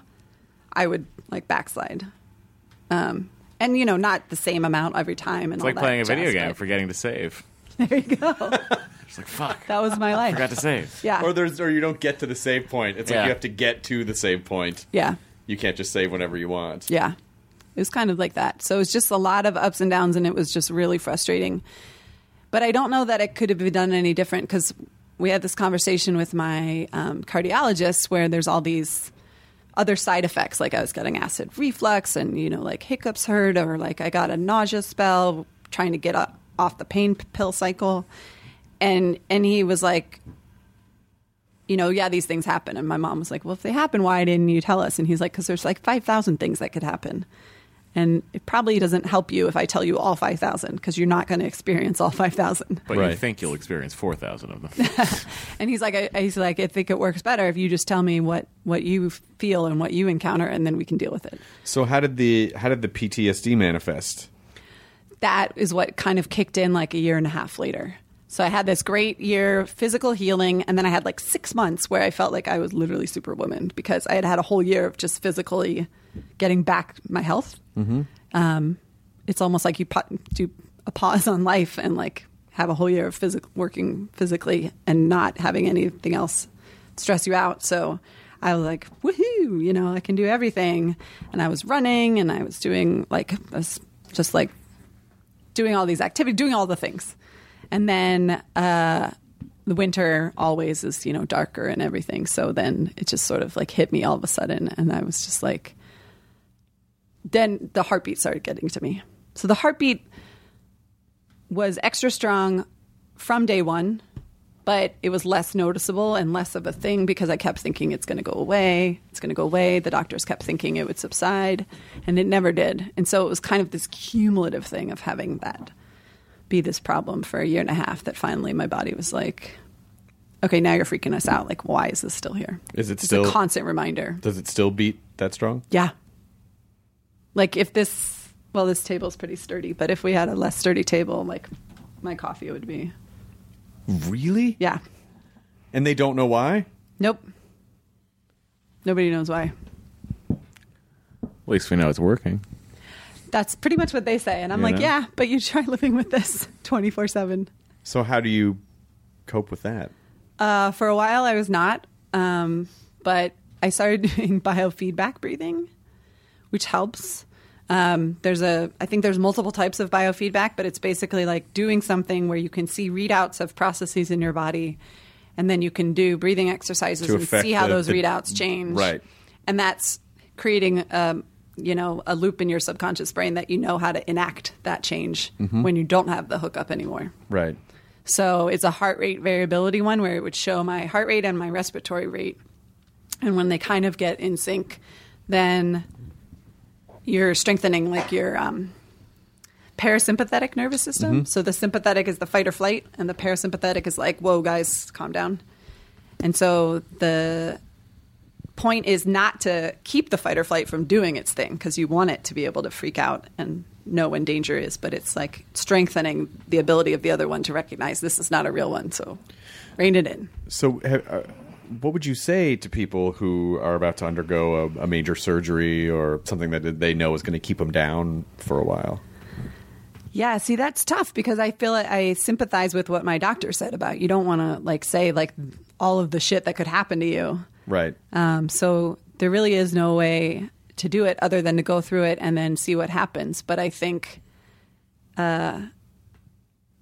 E: I would like backslide. Um, and you know, not the same amount every time. And
D: It's
E: all
D: like
E: that
D: playing a video
E: jazz,
D: game,
E: but
D: forgetting to save. There you go. It's like fuck.
E: that was my life.
D: Forgot to save.
E: yeah,
F: or there's or you don't get to the save point it's like
D: Yeah.
F: you have to get to the save point
E: yeah,
F: you can't just save whenever you want
E: yeah. It was kind of like that. So it was just a lot of ups and downs, and it was just really frustrating. But I don't know that it could have been done any different because we had this conversation with my um, cardiologist where there's all these other side effects. Like I was getting acid reflux and, you know, like hiccups hurt, or like I got a nausea spell trying to get o- off the pain p- pill cycle. And, and he was like, you know, yeah, these things happen. And my mom was like, well, if they happen, why didn't you tell us? And he's like, because there's like 5,000 things that could happen. And it probably doesn't help you if I tell you all 5,000 because you're not going to experience all 5,000.
D: But you
F: Right.
D: think you'll experience four thousand of them.
E: And he's like, I, I- he's like, I think it works better if you just tell me what what you feel and what you encounter, and then we can deal with it.
F: So how did the how did the PTSD manifest?
E: That is what kind of kicked in like a year and a half later. So I had this great year of physical healing, and then I had like six months where I felt like I was literally superwoman because I had had a whole year of just physically getting back my health. Mm-hmm. Um, it's almost like you pa- do a pause on life and like have a whole year of physical working physically and not having anything else stress you out. So I was like, woohoo, you know, I can do everything. And I was running and I was doing like, I was just like doing all these activities, doing all the things. And then uh, the winter always is, you know, darker and everything. So then it just sort of like hit me all of a sudden. And I was just like, then the heartbeat started getting to me. So the heartbeat was extra strong from day one, but it was less noticeable and less of a thing because I kept thinking it's going to go away. It's going to go away. The doctors kept thinking it would subside, and it never did. And so it was kind of this cumulative thing of having that be this problem for a year and a half that finally my body was like, okay, now you're freaking us out. Like, why is this still here?
F: Is it
E: It's
F: still-
E: a constant reminder?
F: Does it still beat that strong?
E: Yeah. Like if this, well, this table's pretty sturdy, but if we had a less sturdy table, like my coffee would be.
F: Really?
E: Yeah.
F: And they don't know why?
E: Nope. Nobody knows why.
D: At least we know it's working.
E: That's pretty much what they say. And I'm
D: You
E: like,
D: know?
E: yeah, but you try living with this 24 7.
F: So how do you cope with that?
E: Uh, for a while, I was not, um, but I started doing biofeedback breathing, which helps. Um, there's a, I think there's multiple types of biofeedback, but it's basically like doing something where you can see readouts of processes in your body, and then you can do breathing exercises
F: To
E: and
F: affect
E: see how
F: the-
E: those
F: the-
E: readouts change.
F: Right.
E: and that's creating, um, you know, a loop in your subconscious brain that you know how to enact that change
F: Mm-hmm.
E: when you don't have the hookup anymore.
F: Right.
E: So it's a heart rate variability one where it would show my heart rate and my respiratory rate. And when they kind of get in sync, then you're strengthening like your um, parasympathetic nervous system. So the sympathetic is the fight or flight, and the parasympathetic is like, whoa, guys, calm down. And so the point is not to keep the fight or flight from doing its thing because you want it to be able to freak out and know when danger is, but it's like strengthening the ability of the other one to recognize this is not a real one. So rein it in.
A: So, ha- uh, what would you say to people who are about to undergo a, a major surgery or something that they know is going to keep them down for a while?
E: Yeah, see, that's tough because I feel it, I sympathize with what my doctor said about you don't want to like say like all of the shit that could happen to you.
A: Right.
E: Um, so there really is no way to do it other than to go through it and then see what happens. But I think, uh,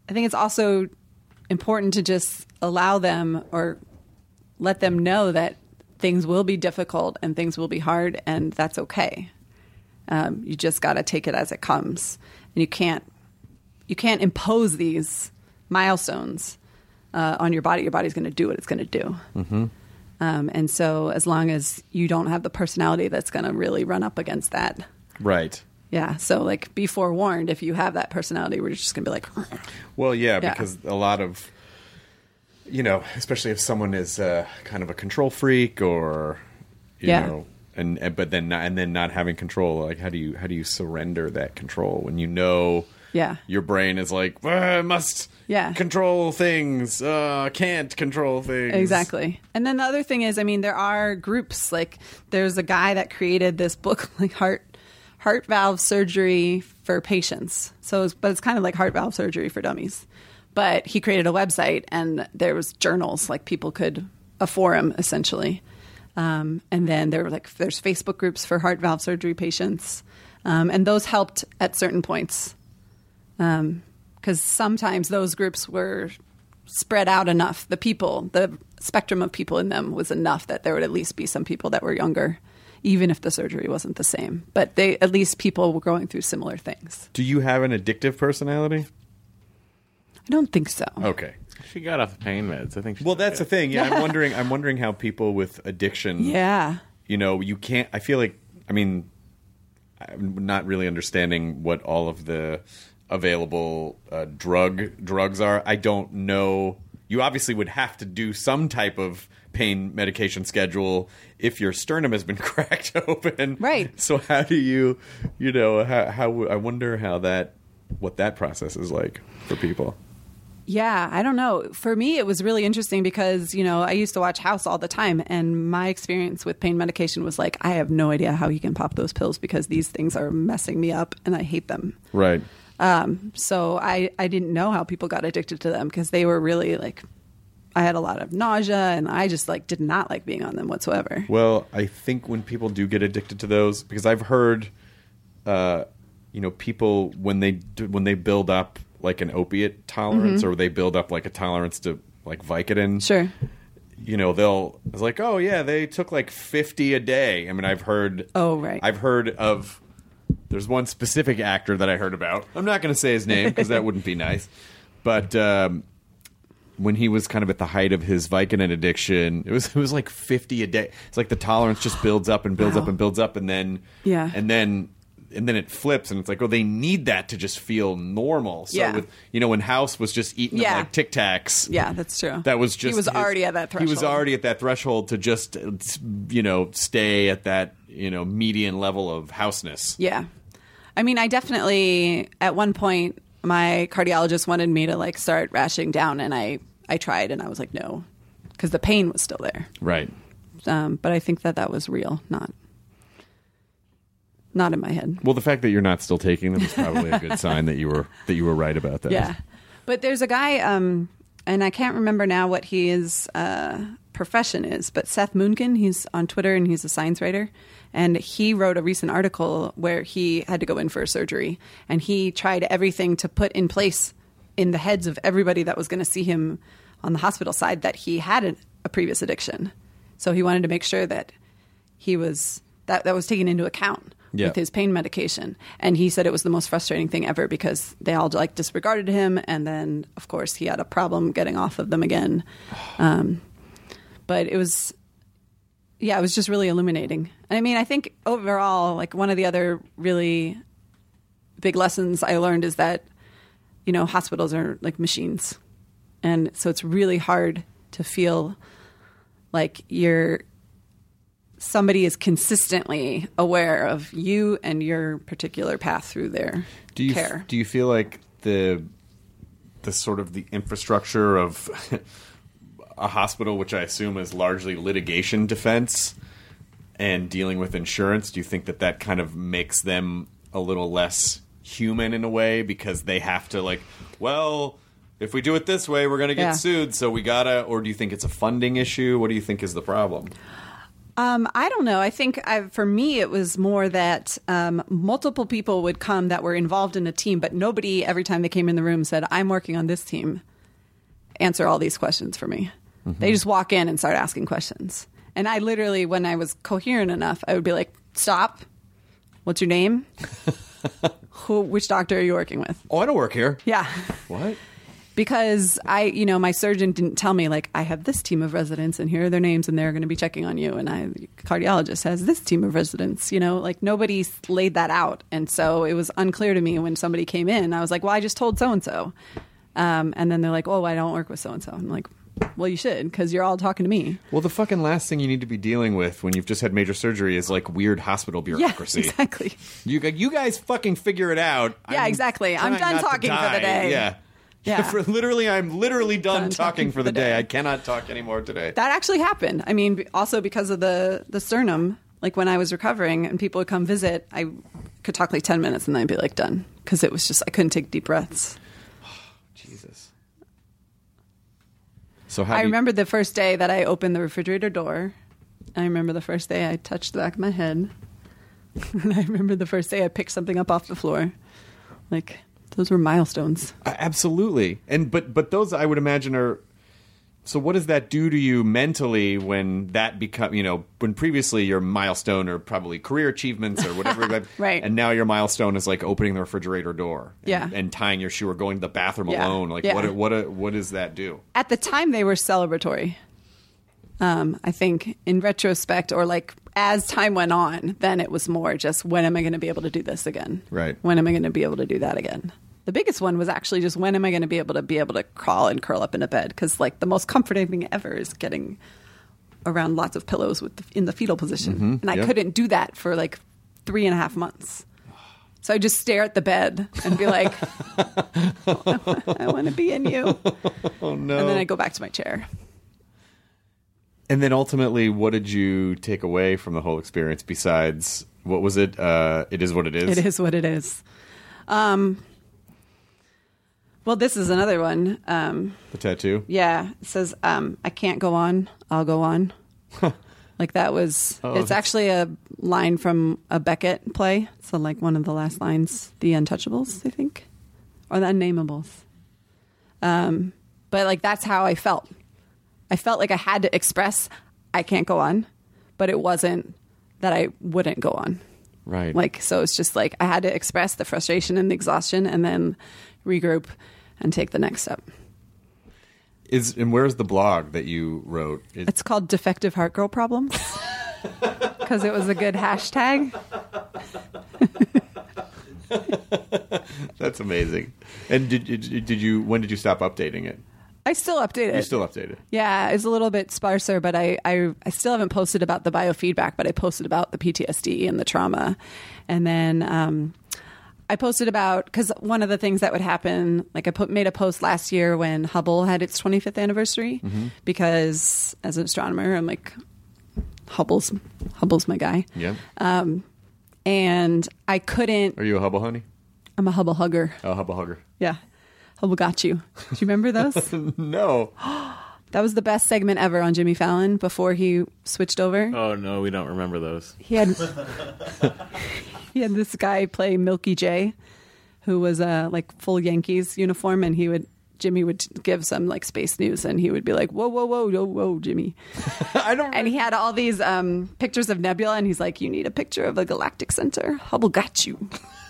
E: I think it's also important to just allow them or let them know that things will be difficult and things will be hard, and that's okay. Um, you just got to take it as it comes, and you can't you can't impose these milestones uh, on your body. Your body's going to do what it's going to do. Um, and so, as long as you don't have the personality that's going to really run up against that,
A: Right.
E: yeah. So, like, be forewarned if you have that personality, we're just going to be like,
A: Well, yeah,
E: Yeah.
A: because a lot of, you know, especially if someone is uh, kind of a control freak or, you
E: Yeah.
A: know, and, and but then not, and then not having control, like how do you how do you surrender that control when you know,
E: Yeah.
A: your brain is like "Ah, I must,
E: Yeah.
A: control things, uh, can't control things,
E: Exactly. And then the other thing is, I mean, there are groups like there's a guy that created this book like heart heart valve surgery for patients. So, it's, but it's kind of like heart valve surgery for dummies. But he created a website, and there was journals like people could a forum essentially. Um, and then there were like there's Facebook groups for heart valve surgery patients, um, and those helped at certain points because sometimes those groups were spread out enough. The people, the spectrum of people in them was enough that there would at least be some people that were younger, even if the surgery wasn't the same. But they, at least people were going through similar things.
A: Do you have an addictive personality?
E: I don't think so.
A: Okay.
D: She got off the pain meds. I think. She
A: Well, that's the thing. Yeah, I'm wondering. I'm wondering how people with addiction,
E: Yeah.
A: you know, you can't. I feel like, I mean, I'm not really understanding what all of the available uh, drug drugs are. I don't know. You obviously would have to do some type of pain medication schedule if your sternum has been cracked open.
E: Right.
A: So how do you, you know, how, how I wonder how that what that process is like for people.
E: Yeah, I don't know. For me, it was really interesting because, you know, I used to watch House all the time, and my experience with pain medication was like, I have no idea how you can pop those pills because these things are messing me up and I hate them.
A: Right.
E: Um, so I, I didn't know how people got addicted to them because they were really like, I had a lot of nausea and I just like did not like being on them whatsoever.
A: Well, I think when people do get addicted to those, because I've heard, uh, you know, people when they do, when they build up like an opiate tolerance, or they build up like a tolerance to like Vicodin,
E: Mm-hmm. Sure.
A: you know, they'll it's like, oh yeah, they took like fifty a day. I mean, I've heard.
E: Oh, right.
A: I've heard of. There's one specific actor that I heard about. I'm not going to say his name because that wouldn't be nice. But um, when he was kind of at the height of his Vicodin addiction, it was it was like 50 a day. It's like the tolerance just builds up and builds up and builds up, and then
E: Yeah.
A: and then and then it flips, and it's like, oh, they need that to just feel normal. So
E: Yeah.
A: with you know, when House was just eating them
E: Yeah.
A: like Tic Tacs,
E: Yeah, that's true.
A: that was just
E: he was
A: his-
E: already at that threshold.
A: He was already at that threshold to just uh, s- you know stay at that you know median level of houseness.
E: Yeah. I mean, I definitely, at one point, my cardiologist wanted me to like start rashing down and I, I tried and I was like, no, because the pain was still there.
A: Right.
E: Um, but I think that that was real, not, not in my head.
A: Well, the fact that you're not still taking them is probably a good sign that you were that you were right about that.
E: Yeah. But there's a guy, um, and I can't remember now what his uh, profession is, but Seth Moonkin, he's on Twitter and he's a science writer. And he wrote a recent article where he had to go in for a surgery. And he tried everything to put in place in the heads of everybody that was going to see him on the hospital side that he had an, a previous addiction. So he wanted to make sure that he was that that was taken into account
A: Yeah.
E: with his pain medication and he said it was the most frustrating thing ever because they all like disregarded him and then of course he had a problem getting off of them again um, but it was yeah it was just really illuminating and i mean i think overall like one of the other really big lessons I learned is that, you know, hospitals are like machines. And so it's really hard to feel like you're somebody is consistently aware of you and your particular path through their
A: do you
E: care.
A: do you feel like the the sort of the infrastructure of a hospital which i assume is largely litigation defense and dealing with insurance do you think that that kind of makes them a little less human in a way because they have to like well if we do it this way we're going to get
E: Yeah.
A: sued so we gotta or do you think it's a funding issue what do you think is the problem
E: Um, I don't know. I think I, for me, it was more that um, multiple people would come that were involved in a team, but nobody every time they came in the room said, I'm working on this team. Answer all these questions for me. They just walk in and start asking questions. And I literally, when I was coherent enough, I would be like, Stop. What's your name? Who, which doctor are you working with?
A: oh i don't work here
E: Yeah.
A: what
E: Because I, you know, my surgeon didn't tell me, like, I have this team of residents and here are their names and they're going to be checking on you. And I, the cardiologist has this team of residents, you know, like nobody s- laid that out. And so it was unclear to me when somebody came in. I was like, well, I just told so and so. And then they're like, oh, I don't work with so and so. I'm like, well, you should because you're all talking to me.
A: Well, the fucking last thing you need to be dealing with when you've just had major surgery is like weird hospital
E: Yeah,
A: bureaucracy.
E: exactly.
A: You gu- you guys fucking figure it out.
E: Yeah, exactly. I'm
A: trying
E: done
A: not to
E: talking for
A: die.
E: the day.
A: Yeah.
E: Yeah.
A: for literally, I'm literally done talking, for the day. I cannot talk anymore today.
E: that actually happened. I mean, be- also because of the the sternum. Like when I was recovering and people would come visit, I could talk like ten minutes and then I'd be like done because it was just I couldn't take deep breaths.
A: Jesus. So how
E: I
A: do you-
E: remember the first day that I opened the refrigerator door. I remember the first day I touched the back of my head. and I remember the first day I picked something up off the floor. Like those were milestones.
A: Uh, absolutely. And but but those I would imagine are so what does that do to you mentally when that become you know when previously your milestone or probably career achievements or whatever like-
E: Right.
A: and now your milestone is like opening the refrigerator door and,
E: Yeah.
A: and tying your shoe or going to the bathroom
E: Yeah.
A: alone like
E: Yeah.
A: what what what does that do
E: at the time they were celebratory. Um, I think in retrospect, or like as time went on, then it was more just when am I going to be able to do this again?
A: Right.
E: When am I going to be able to do that again? The biggest one was actually just when am I going to be able to be able to crawl and curl up in a bed? Because like the most comforting thing ever is getting around lots of pillows with the, in the fetal position, and I
A: Mm-hmm. Yep.
E: couldn't do that for like three and a half months. So I just stare at the bed and be like, "I want to be in you."
A: oh no
E: and then I go back to my chair.
A: And then ultimately, what did you take away from the whole experience besides what was it? Uh, it is what it is.
E: It is what it is. Um, well, this is another one. Um,
A: The tattoo.
E: yeah, it says um, I can't go on. I'll go on. like that was. it's actually a line from a Beckett play. So like one of the last lines, "The Untouchables," I think, or the Unnameables. Um, but like that's how I felt. I felt like I had to express I can't go on, but it wasn't that I wouldn't go on.
D: Right.
E: Like, so it's just like I had to express the frustration and the exhaustion and then regroup and take the next step.
A: Is and where's the blog that you wrote? It-
E: It's called Defective Heart Girl Problems because it was a good hashtag.
A: that's amazing. And did, did did you when did you stop updating it?
E: I still update it.
A: You still update it.
E: yeah, it's a little bit sparser, but I, I, I still haven't posted about the biofeedback, but I posted about the PTSD and the trauma. And then um, I posted about, because one of the things that would happen, like I put, made a post last year when Hubble had its 25th anniversary, because as an astronomer, I'm like, Hubble's, Hubble's my guy.
A: Yeah.
E: Um, and I couldn't,
A: Are you a hubble honey?
E: I'm a Hubble hugger.
A: A hubble hugger?
E: Yeah. Hubble got you. Do you remember those?
A: No.
E: That was the best segment ever on Jimmy Fallon before he switched over.
D: Oh no, we don't remember those.
E: He had he had this guy play Milky J, who was uh, like full Yankees uniform, and he would Jimmy would give some like space news, and he would be like, "Whoa, whoa, whoa, whoa, whoa, Jimmy,"
A: I don't.
E: and he had all these um, pictures of nebula, and he's like, "You need a picture of the galactic center. Hubble got you,"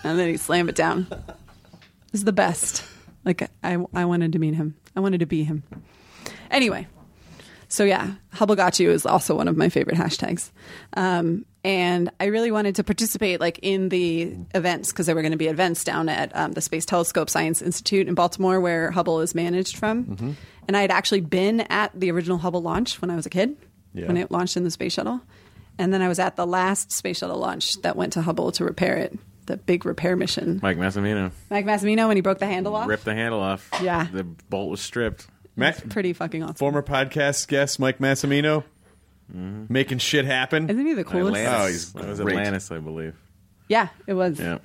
E: and then he slammed it down. It was the best. Like I, I wanted to meet him. I wanted to be him. Anyway, So yeah, Hubble got you is also one of my favorite hashtags. Um, and I really wanted to participate like in the events because there were going to be events down at um, the Space Telescope Science Institute in Baltimore where Hubble is managed from. And I had actually been at the original Hubble launch when I was a kid
A: Yeah.
E: when it launched in the space shuttle. And then I was at the last space shuttle launch that went to Hubble to repair it, the big repair mission.
D: Mike Massimino
E: Mike Massimino when he broke the handle off.
D: ripped the handle off.
E: Yeah.
D: the bolt was stripped.
A: Matt,
E: Pretty fucking awesome.
A: former podcast guest Mike Massimino, making shit happen.
E: Isn't he the coolest?
A: Oh, he's
D: That was
A: great.
D: Atlantis, I believe.
E: Yeah, it was.
D: Yeah,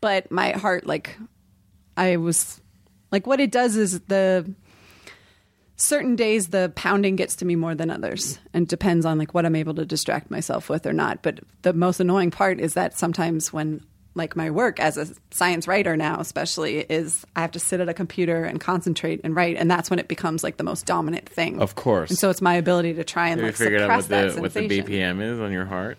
E: But my heart, like, I was like, what it does is the certain days the pounding gets to me more than others and depends on like what I'm able to distract myself with or not. But the most annoying part is that sometimes when like my work as a science writer now especially is I have to sit at a computer and concentrate and write and that's when it becomes like the most dominant thing.
A: Of course.
E: And so it's my ability to try and
D: we
E: like
D: figured
E: suppress
D: out what
E: that
D: the what the
E: sensation.
D: BPM is on your heart,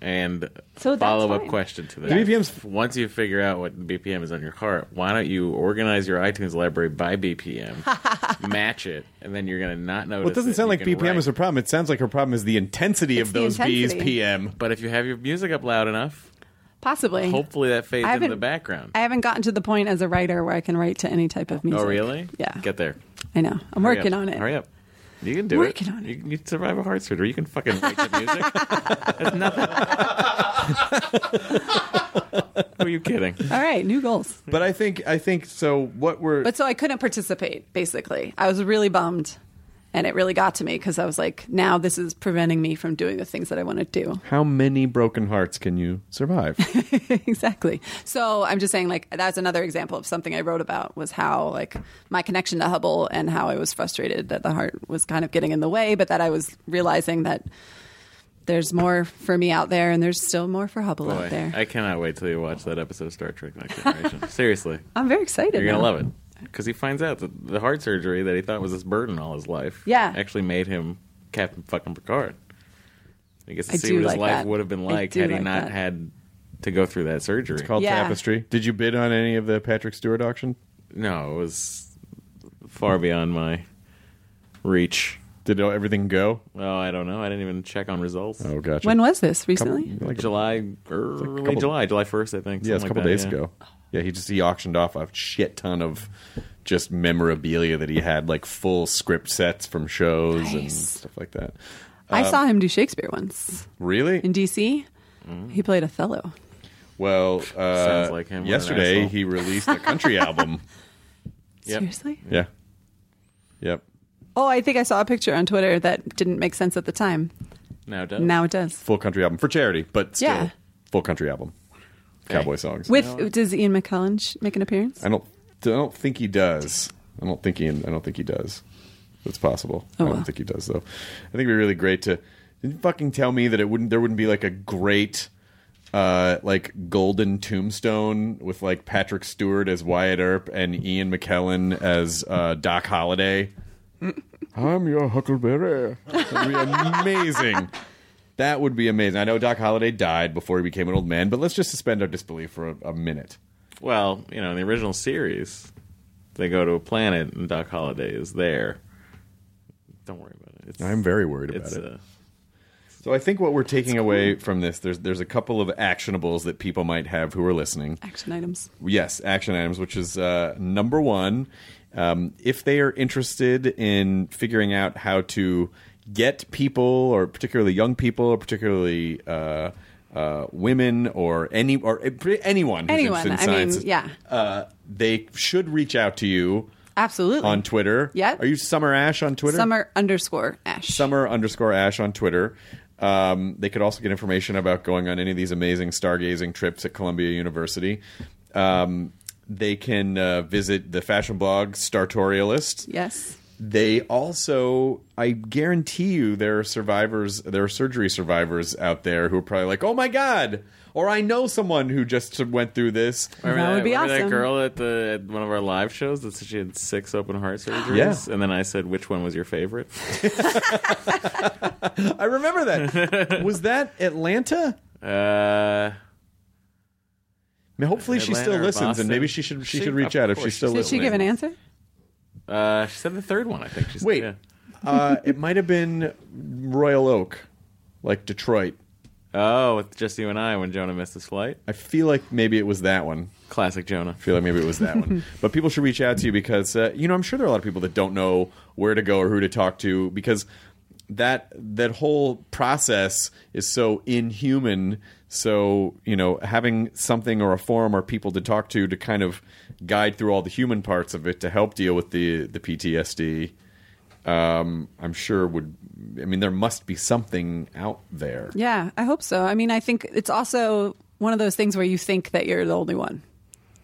D: and
E: So that's
D: follow up
E: fine.
D: question to that.
A: The BPMs
D: Once you figure out what the BPM is on your heart, why don't you organize your iTunes library by BPM, match it, and then you're gonna not notice.
A: Well, it doesn't
D: that
A: sound
D: you
A: like
D: can
A: BPM is her
D: write.
A: problem. It sounds like her problem is the intensity
E: It's
A: of
E: the
A: those
E: intensity.
A: B's PM.
D: But if you have your music up loud enough,
E: Possibly.
D: hopefully that fades
E: I
D: into the
E: haven't-
D: background.
E: I haven't gotten to the point as a writer where I can write to any type of music.
D: oh, really?
E: Yeah.
D: Get there.
E: I know. I'm
D: Hurry
E: working
D: up.
E: on it.
D: Hurry up. You can do
E: Working
D: it.
E: on it.
D: You can you survive a heart surgery. You can fucking write the music. That's nothing. Who are you kidding?
E: All right, new goals.
A: But I think I think so. What we're
E: But so I couldn't participate, basically. I was really bummed. And it really got to me because I was like, now this is preventing me from doing the things that I want to do.
A: how many broken hearts can you survive?
E: exactly. So I'm just saying, like, that's another example of something I wrote about was how, like, my connection to Hubble and how I was frustrated that the heart was kind of getting in the way, but that I was realizing that there's more for me out there and there's still more for Hubble
D: Boy,
E: out there.
D: I cannot wait till you watch that episode of Star Trek Next Generation. Seriously,
E: I'm very excited.
D: you're gonna
E: now.
D: love it because he finds out that the heart surgery that he thought was this burden all his life,
E: Yeah.
D: actually made him Captain fucking Picard. He gets to
E: I
D: see
E: do
D: what his
E: like
D: life
E: that.
D: would have been
E: I
D: like
E: do
D: had he
E: like
D: not
E: that.
D: had to go through that surgery.
A: Called
E: Yeah.
A: tapestry. Did you bid on any of the Patrick Stewart auction?
D: no, it was far beyond my reach.
A: Did everything go?
D: Oh, I don't know. I didn't even check on results.
A: Oh, gotcha.
E: When was this? Recently?
A: like a,
D: July, early
A: couple-
D: July, July first, I think.
A: yeah, it's a
D: something
A: couple
D: like that,
A: days
D: yeah.
A: ago. Yeah, he just he auctioned off a shit ton of just memorabilia that he had, like full script sets from shows and stuff like that.
E: I saw him do Shakespeare once
A: Really?
E: in DC. He played Othello.
A: Well, uh,
D: Sounds like him. What an
A: Yesterday,
D: asshole.
A: he released a country album.
D: Yep.
E: Seriously?
A: Yeah. Yep.
E: Oh, I think I saw a picture on Twitter that didn't make sense at the time.
D: Now it does.
E: Now it does.
A: Full country album for charity, but still
E: Yeah.
A: full country album. Cowboy songs.
E: With does Ian McKellen sh- make an appearance?
A: I don't. I don't think he does. I don't think he. I don't think he does. It's possible.
E: Oh,
A: I don't
E: well.
A: think he does though. I think it'd be really great to. Didn't fucking tell me that it wouldn't. There wouldn't be like a great, uh, like golden tombstone with like Patrick Stewart as Wyatt Earp and Ian McKellen as uh, Doc Holliday. I'm your Huckleberry. That'd be amazing. That would be amazing. I know Doc Holliday died before he became an old man, but let's just suspend our disbelief for a, a minute.
D: Well, you know, in the original series, they go to a planet and Doc Holliday is there. Don't worry about it. It's,
A: I'm very worried about
D: it's,
A: it.
D: uh,
A: So I think what we're taking away from this, there's there's a couple of actionables that people might have who are listening.
E: Action items.
A: Yes, action items, which is uh, number one. Um, if they are interested in figuring out how to get people, or particularly young people, or particularly uh, uh, women, or any or uh, pretty- anyone, who's
E: Anyone,
A: interested in
E: I mean,
A: science,
E: yeah.
A: uh, they should reach out to you
E: Absolutely.
A: on Twitter.
E: Yeah.
A: are you Summer Ash on Twitter?
E: Summer underscore Ash.
A: summer underscore ash on Twitter. Um, they could also get information about going on any of these amazing stargazing trips at Columbia University. Um, they can uh, visit the fashion blog Startorialist.
E: Yes.
A: They also, I guarantee you, there are survivors, there are surgery survivors out there who are probably like, oh my God, or I know someone who just went through this.
D: Remember
E: That would be
D: remember
E: awesome.
D: That girl at the at one of our live shows that said she had six open heart surgeries,
A: Yeah.
D: and then I said, "Which one was your favorite?"
A: I remember that. Was that Atlanta?
D: Uh,
A: I mean, hopefully she still
D: Atlanta or
A: listens, and
D: Boston?
A: maybe she should she,
D: She-
A: should reach
D: of
A: out if
D: course
A: she's
D: she
A: still
D: should.
E: Did she
A: listening.
E: give an answer?
D: uh, she said the third one. I think she said,
A: Wait,
D: yeah.
F: Uh, it might have been Royal Oak, like Detroit.
D: Oh, with just you and I when Jonah missed his flight.
F: I feel like maybe it was that one.
D: Classic Jonah.
F: I feel like maybe it was that one. But people should reach out to you because uh, you know I'm sure there are a lot of people that don't know where to go or who to talk to because that that whole process is so inhuman. So you know having something or a forum or people to talk to to kind of guide through all the human parts of it to help deal with the the PTSD. Um, I'm sure would. I mean, there must be something out there.
E: Yeah, I hope so. I mean, I think it's also one of those things where you think that you're the only one.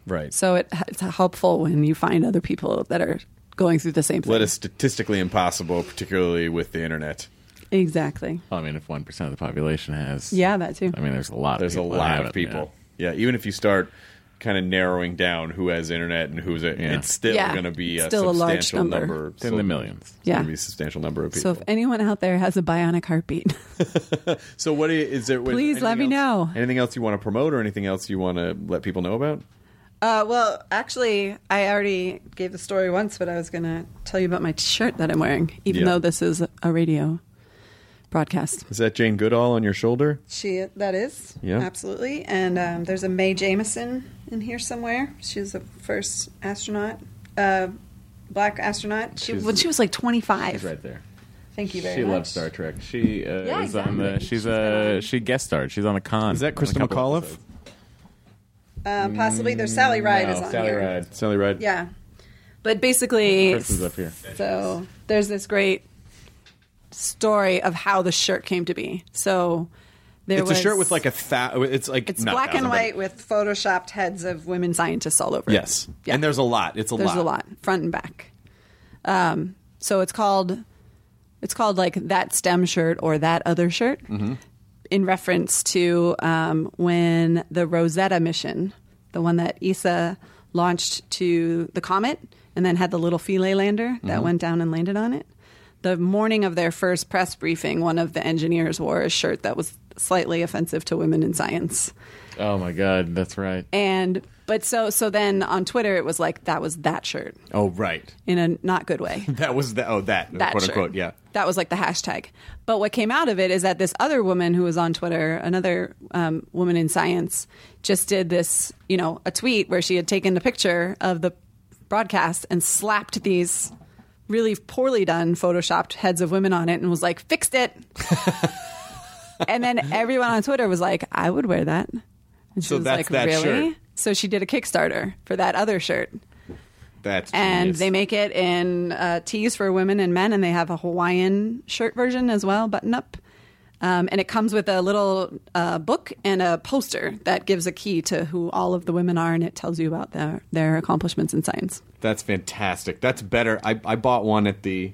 F: Right.
E: So it, it's helpful when you find other people that are going through the same thing.
F: That is statistically impossible, particularly with the internet.
E: exactly.
D: Well, I mean, if one percent of the population has,
E: Yeah, that too.
D: I mean, there's a lot.
F: There's
D: of
F: a
D: people that
F: lot
D: have
F: of
D: it, yeah.
F: people. Yeah. even if you start kind of narrowing down who has internet and who's it,
D: Yeah.
F: it's still
E: Yeah.
F: going to be
E: It's
F: a
E: still a large
F: substantial
E: number.
F: number.
D: It's in the millions.
F: Yeah,
E: Yeah.
F: going to be a substantial number of people.
E: So if anyone out there has a bionic heartbeat,
F: So what i- is there? was
E: Please let
F: anything
E: me
F: else-
E: know.
F: Anything else you want to promote or anything else you want to let people know about?
E: Uh, well, actually, I already gave the story once, but I was going to tell you about my shirt that I'm wearing, even
F: Yeah.
E: though this is a radio broadcast.
F: Is that Jane Goodall on your shoulder?
E: She that is,
F: Yeah.
E: absolutely. And um, there's a Mae Jameson in here somewhere. She's the first astronaut, uh, black astronaut. She,
D: She's-
E: when she was like 25.
D: Right there.
E: Thank you very
D: She
E: much.
D: loves Star Trek. She uh,
B: Yeah,
D: is on the.
B: exactly.
D: She's, uh, she guest starred. She's on a con.
F: Is that
D: on a
F: Krista
D: couple
F: McAuliffe?
D: episodes.
E: Um, possibly there's Sally Ride is
D: Mm, No,
E: on
D: Oh, Sally
E: here.
D: Ride.
F: Sally Ride.
E: Yeah, but basically,
D: Chris is up here.
E: So there's this great story of how the shirt came to be. So there
F: it's
E: was
F: a shirt with like a thou. It's like
E: it's
F: not
E: black
F: thousand,
E: and
F: but-
E: white with photoshopped heads of women scientists all over. it.
F: Yes,
E: Yeah.
F: and there's a lot. It's a
E: there's
F: lot.
E: a lot front and back. Um, so it's called it's called like that STEM shirt or that other shirt in reference to um, when the Rosetta mission, the one that ESA launched to the comet and then had the little Philae lander that went down and landed on it. The morning of their first press briefing, one of the engineers wore a shirt that was slightly offensive to women in science.
D: Oh my God, that's right.
E: And but so so then on Twitter it was like that was that shirt
F: Oh, right.
E: in a not good way.
F: That was the oh that,
E: That
F: quote
E: shirt.
F: unquote. Yeah.
E: That was like the hashtag. But what came out of it is that this other woman who was on Twitter, another um, woman in science, just did this, you know, a tweet where she had taken a picture of the broadcast and slapped these really poorly done photoshopped heads of women on it and was like, fixed it. and then everyone on Twitter was like, I would wear that. And she
F: So
E: was
F: that's
E: like,
F: that
E: really?
F: shirt.
E: So she did a Kickstarter for that other shirt
F: That's
E: and
F: genius.
E: they make it in uh, tees for women and men, and they have a Hawaiian shirt version as well, button up. Um, and it comes with a little uh, book and a poster that gives a key to who all of the women are, and it tells you about their, their accomplishments in science.
A: That's fantastic. That's better. I, I bought one at the,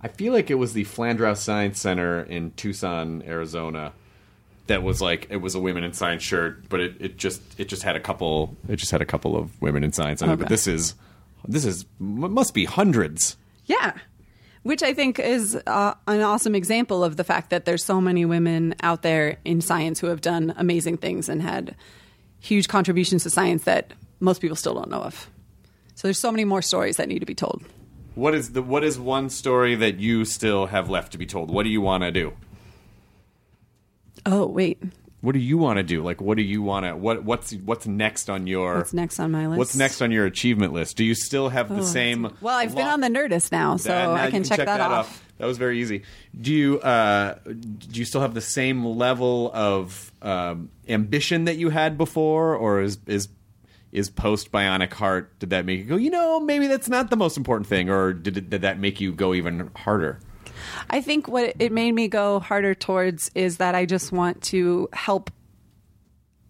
A: I feel like it was the Flandrau Science Center in Tucson, Arizona. That was like it was a women in science shirt, but it, it just it just had a couple it just had a couple of women in science on it. But
E: Okay.
A: this is this is m- must be hundreds.
E: Yeah. Which I think is uh, an awesome example of the fact that there's so many women out there in science who have done amazing things and had huge contributions to science that most people still don't know of. So there's so many more stories that need to be told.
A: What is the what is one story that you still have left to be told? What do you want to do?
E: Oh, wait.
A: What do you want to do? Like, what do you want to? What what's what's next on your?
E: What's next on my list? Oh,
A: What's next on your achievement list? Do you still have the same?
E: Well, I've been
A: lo-
E: on the Nerdist now, so
A: That- now
E: I
A: you
E: can, check, that, off.
A: That was very easy. Do you uh, do you still have the same level of um, ambition that you had before, or is is is post Bionic Heart? Did that make you go? You know, maybe that's not the most important thing, or did it, did that make you go even harder?
E: I think what it made me go harder towards is that I just want to help uh,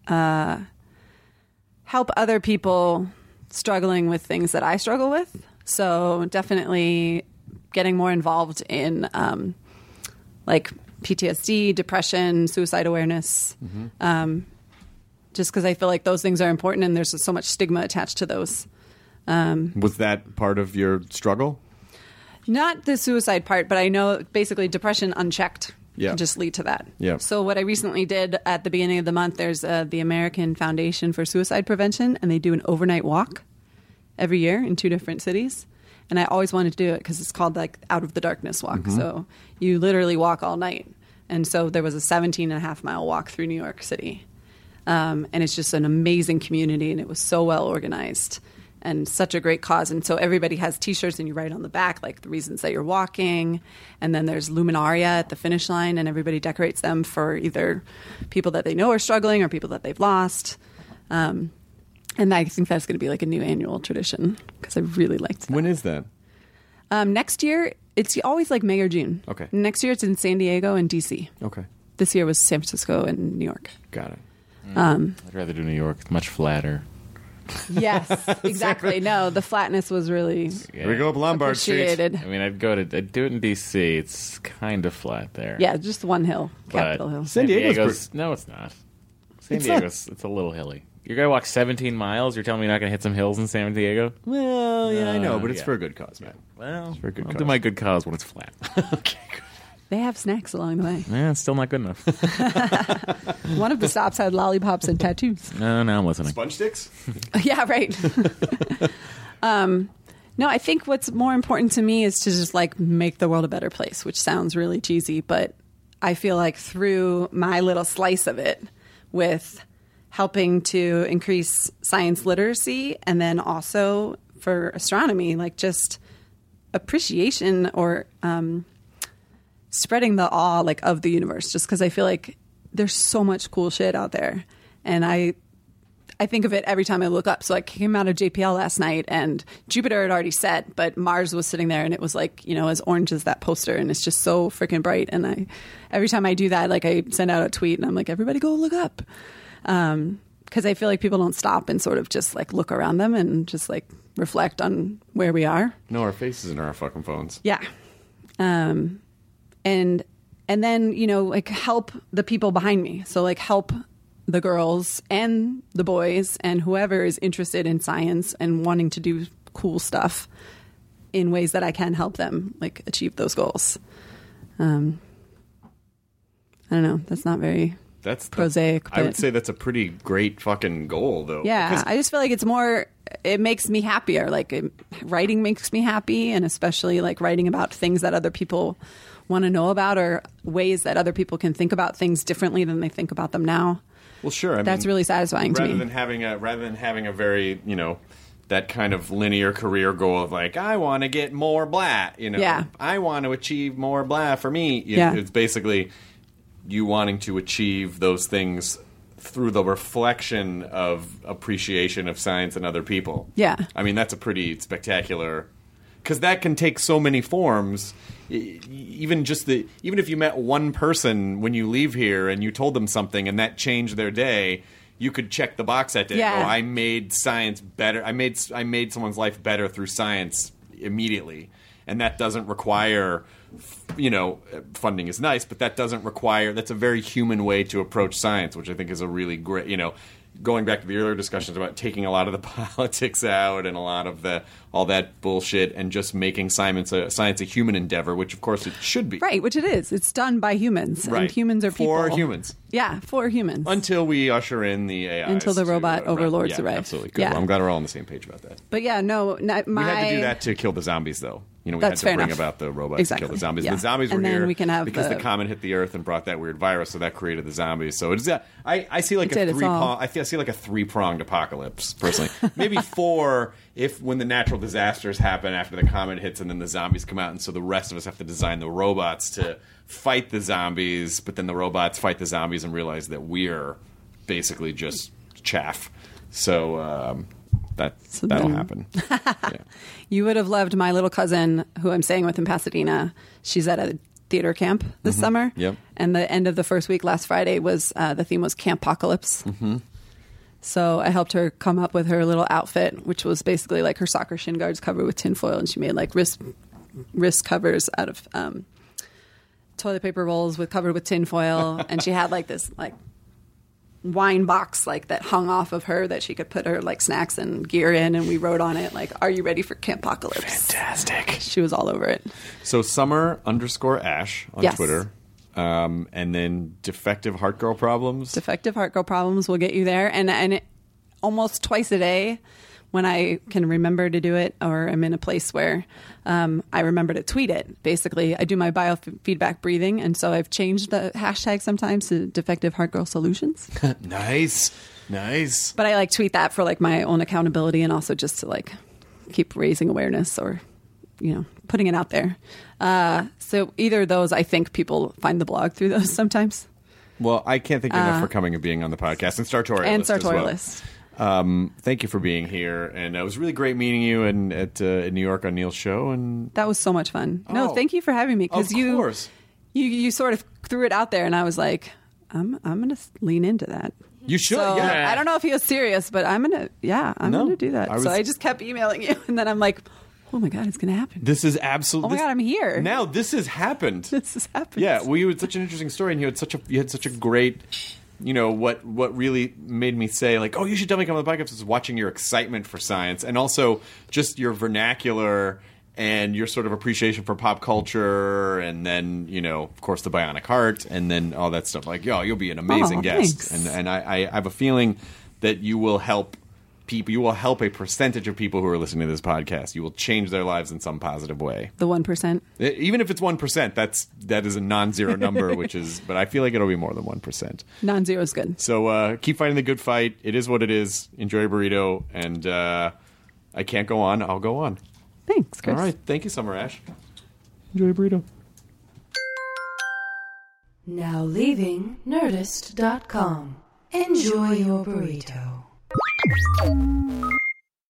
E: help other people struggling with things that I struggle with. So definitely getting more involved in um, like PTSD, depression, suicide awareness.
A: Mm-hmm.
E: Um, just because I feel like those things are important, and there's so much stigma attached to those.
A: Was that part of your struggle?
E: Not the suicide part, but I know basically depression unchecked
A: Yeah.
E: can just lead to that.
A: Yeah.
E: So what I recently did at the beginning of the month, there's uh, the American Foundation for Suicide Prevention, and they do an overnight walk every year in two different cities. and I always wanted to do it because it's called like Out of the Darkness Walk.
A: Mm-hmm.
E: So you literally walk all night. And so there was a 17 and a half mile walk through New York City. Um, and it's just an amazing community, and it was so well organized and such a great cause. And so everybody has t shirts, and you write on the back like the reasons that you're walking. And then there's luminaria at the finish line, and everybody decorates them for either people that they know are struggling or people that they've lost. Um, and I think that's going to be like a new annual tradition because I really liked that.
F: When is that?
E: Um, next year, it's always like May or June.
F: Okay.
E: Next year, it's in San Diego and DC.
F: Okay.
E: This year was San Francisco and New York.
F: Got it.
D: I'd rather do New York. It's much flatter.
E: Yes, exactly. No, the flatness was really
D: Yeah.
A: Here we go up Lombard Street.
E: appreciated.
D: I mean, I'd go to I'd do it in D.C. It's kind of flat there.
E: Yeah, just one hill,
D: But-
E: Capitol Hill.
F: San Diego's
D: no, it's not. San
F: It's not.
D: Diego's it's a little hilly. You're gonna walk 17 miles. You're telling me you're not gonna hit some hills in San Diego?
F: Well, yeah, I know, but it's
D: Uh, yeah.
F: for a good cause, man.
D: Well,
F: for a good
D: I'll do
F: cause.
D: my good cause when it's flat.
E: They have snacks along the way.
D: yeah, it's still not good enough.
E: One of the stops had lollipops and tattoos.
D: No, no, I'm listening.
A: Sponge sticks?
E: yeah, right. um, no, I think what's more important to me is to just like make the world a better place, which sounds really cheesy, but I feel like through my little slice of it with helping to increase science literacy and then also for astronomy, like just appreciation or um, spreading the awe like of the universe just because i feel like there's so much cool shit out there and i i think of it every time i look up so i came out of jpl last night and jupiter had already set but mars was sitting there and it was like you know as orange as that poster and it's just so freaking bright and i every time i do that like i send out a tweet and i'm like everybody go look up um because i feel like people don't stop and sort of just like look around them and just like reflect on where we are
A: No, our faces are on our fucking phones.
E: yeah. Um, and and then you know like help the people behind me. So like help the girls and the boys and whoever is interested in science and wanting to do cool stuff in ways that I can help them like achieve those goals. Um, I don't know. That's not very
A: That's
E: Prosaic,
A: I would
E: but-
A: say that's a pretty great fucking goal, though.
E: yeah,
A: Because
E: I just feel like it's more. It makes me happier. Like it, writing makes me happy, and especially like writing about things that other people want to know about, or ways that other people can think about things differently than they think about them now.
A: Well, sure. I
E: That's
A: mean,
E: really satisfying to
A: rather
E: me.
A: than having a rather than having a very you know that kind of linear career goal of like I want to get more blah, you know,
E: Yeah.
A: I want to achieve more blah for me. You-
E: Yeah.
A: it's basically you wanting to achieve those things through the reflection of appreciation of science and other people.
E: Yeah.
A: I mean that's a pretty spectacular because that can take so many forms. E- Even just the even if you met one person when you leave here and you told them something and that changed their day, you could check the box that day.
E: Yeah.
A: Oh, I made science better. I made I made someone's life better through science immediately, and that doesn't require. f- You know, uh, funding is nice, but that doesn't require. That's a very human way to approach science, which I think is a really great. You know, going back to the earlier discussions about taking a lot of the politics out and a lot of the all that bullshit and just making science a, science a human endeavor, which of course it should be.
E: Right, which it is. It's done by humans, and
A: Right.
E: humans are people.
A: For humans.
E: Yeah, for humans.
A: Until we usher in the AI.
E: Until the robot overlords
A: yeah,
E: arrive.
A: Absolutely. Good.
E: Yeah.
A: Well, I'm glad we're all on the same page about that.
E: but yeah, no, not my.
A: We had to do that to kill the zombies, though. You know, we
E: That's
A: had
E: fair
A: to bring
E: enough.
A: about the robots to kill
E: Exactly.
A: the zombies.
E: Yeah.
A: The zombies
E: And
A: were
E: then
A: here
E: we can have
A: because the...
E: the-
A: comet hit the Earth and brought that weird virus, so that created the zombies. So it is. I I see like
E: It
A: a
E: did, it's
A: three prong.
E: all-
A: I feel I see like a three pronged apocalypse personally. Maybe four if when the natural disasters happen after the comet hits and then the zombies come out, and so the rest of us have to design the robots to fight the zombies, but then the robots fight the zombies and realize that we're basically just chaff. So um, that
E: So
A: that'll
E: then-
A: happen. Yeah.
E: You would have loved my little cousin, who I'm staying with in Pasadena. She's at a theater camp this summer.
A: Yep.
E: And the end of the first week last Friday was uh, the theme was Campocalypse. Mm-hmm. So I helped her come up with her little outfit, which was basically like her soccer shin guards covered with tinfoil, and she made like wrist wrist covers out of um, toilet paper rolls with covered with tinfoil, and she had like this like wine box like that hung off of her that she could put her like snacks and gear in and we wrote on it like are you ready for campocalypse
A: Fantastic.
E: she was all over it
A: So summer underscore ash on
E: Yes.
A: Twitter. Um, and then defective heart girl problems.
E: defective heart girl problems will get you there and and it, almost twice a day when I can remember to do it or I'm in a place where um, I remember to tweet it. Basically, I do my biofeedback breathing, and so I've changed the hashtag sometimes to Defective Heart Girl Solutions.
A: Nice, nice.
E: But I like tweet that for like my own accountability and also just to like keep raising awareness or you know putting it out there. Uh, so either of those, I think people find the blog through those sometimes.
A: Well, I can't thank you enough for coming and being on the podcast and Sartorialist.
E: Uh, And
A: as well.
E: Sartorialist.
A: Um, thank you for being here, and uh, it was really great meeting you and at uh, in New York on Neil's show. And
E: That was so much fun. No,
A: Oh.
E: thank you for having me because
A: Of
E: you
A: course.
E: you you sort of threw it out there, and I was like, I'm I'm gonna s- lean into that.
A: you should,
E: So
A: yeah.
E: I don't know if he was serious, but I'm gonna yeah I'm
A: No,
E: gonna do that.
A: I was-
E: so I just kept emailing you, and then I'm like, oh my god, it's gonna happen.
A: This is absolutely.
E: Oh my God, I'm here.
A: now. This has happened.
E: This has happened.
A: Yeah, well, you had such an interesting story, and you had such a you had such a great, you know, what what really made me say like, oh, you should definitely come on the podcast is watching your excitement for science, and also just your vernacular and your sort of appreciation for pop culture, and then you know, of course, the Bionic Heart, and then all that stuff. Like, yo, you'll be an amazing
E: Aw,
A: guest,
E: thanks.
A: and and I, I have a feeling that you will help. People, you will help a percentage of people who are listening to this podcast. You will change their lives in some positive way.
E: the one percent.
A: Uh, Even if it's one percent, that's that is a non-zero number, which is. But I feel like it'll be more than one percent.
E: Non-zero is good.
A: So uh, keep fighting the good fight. It is what it is. Enjoy your burrito, and uh, I can't go on. I'll go on.
E: Thanks, Chris.
A: All right, thank you, Summer Ash.
C: Now leaving Nerdist.com. Enjoy your burrito.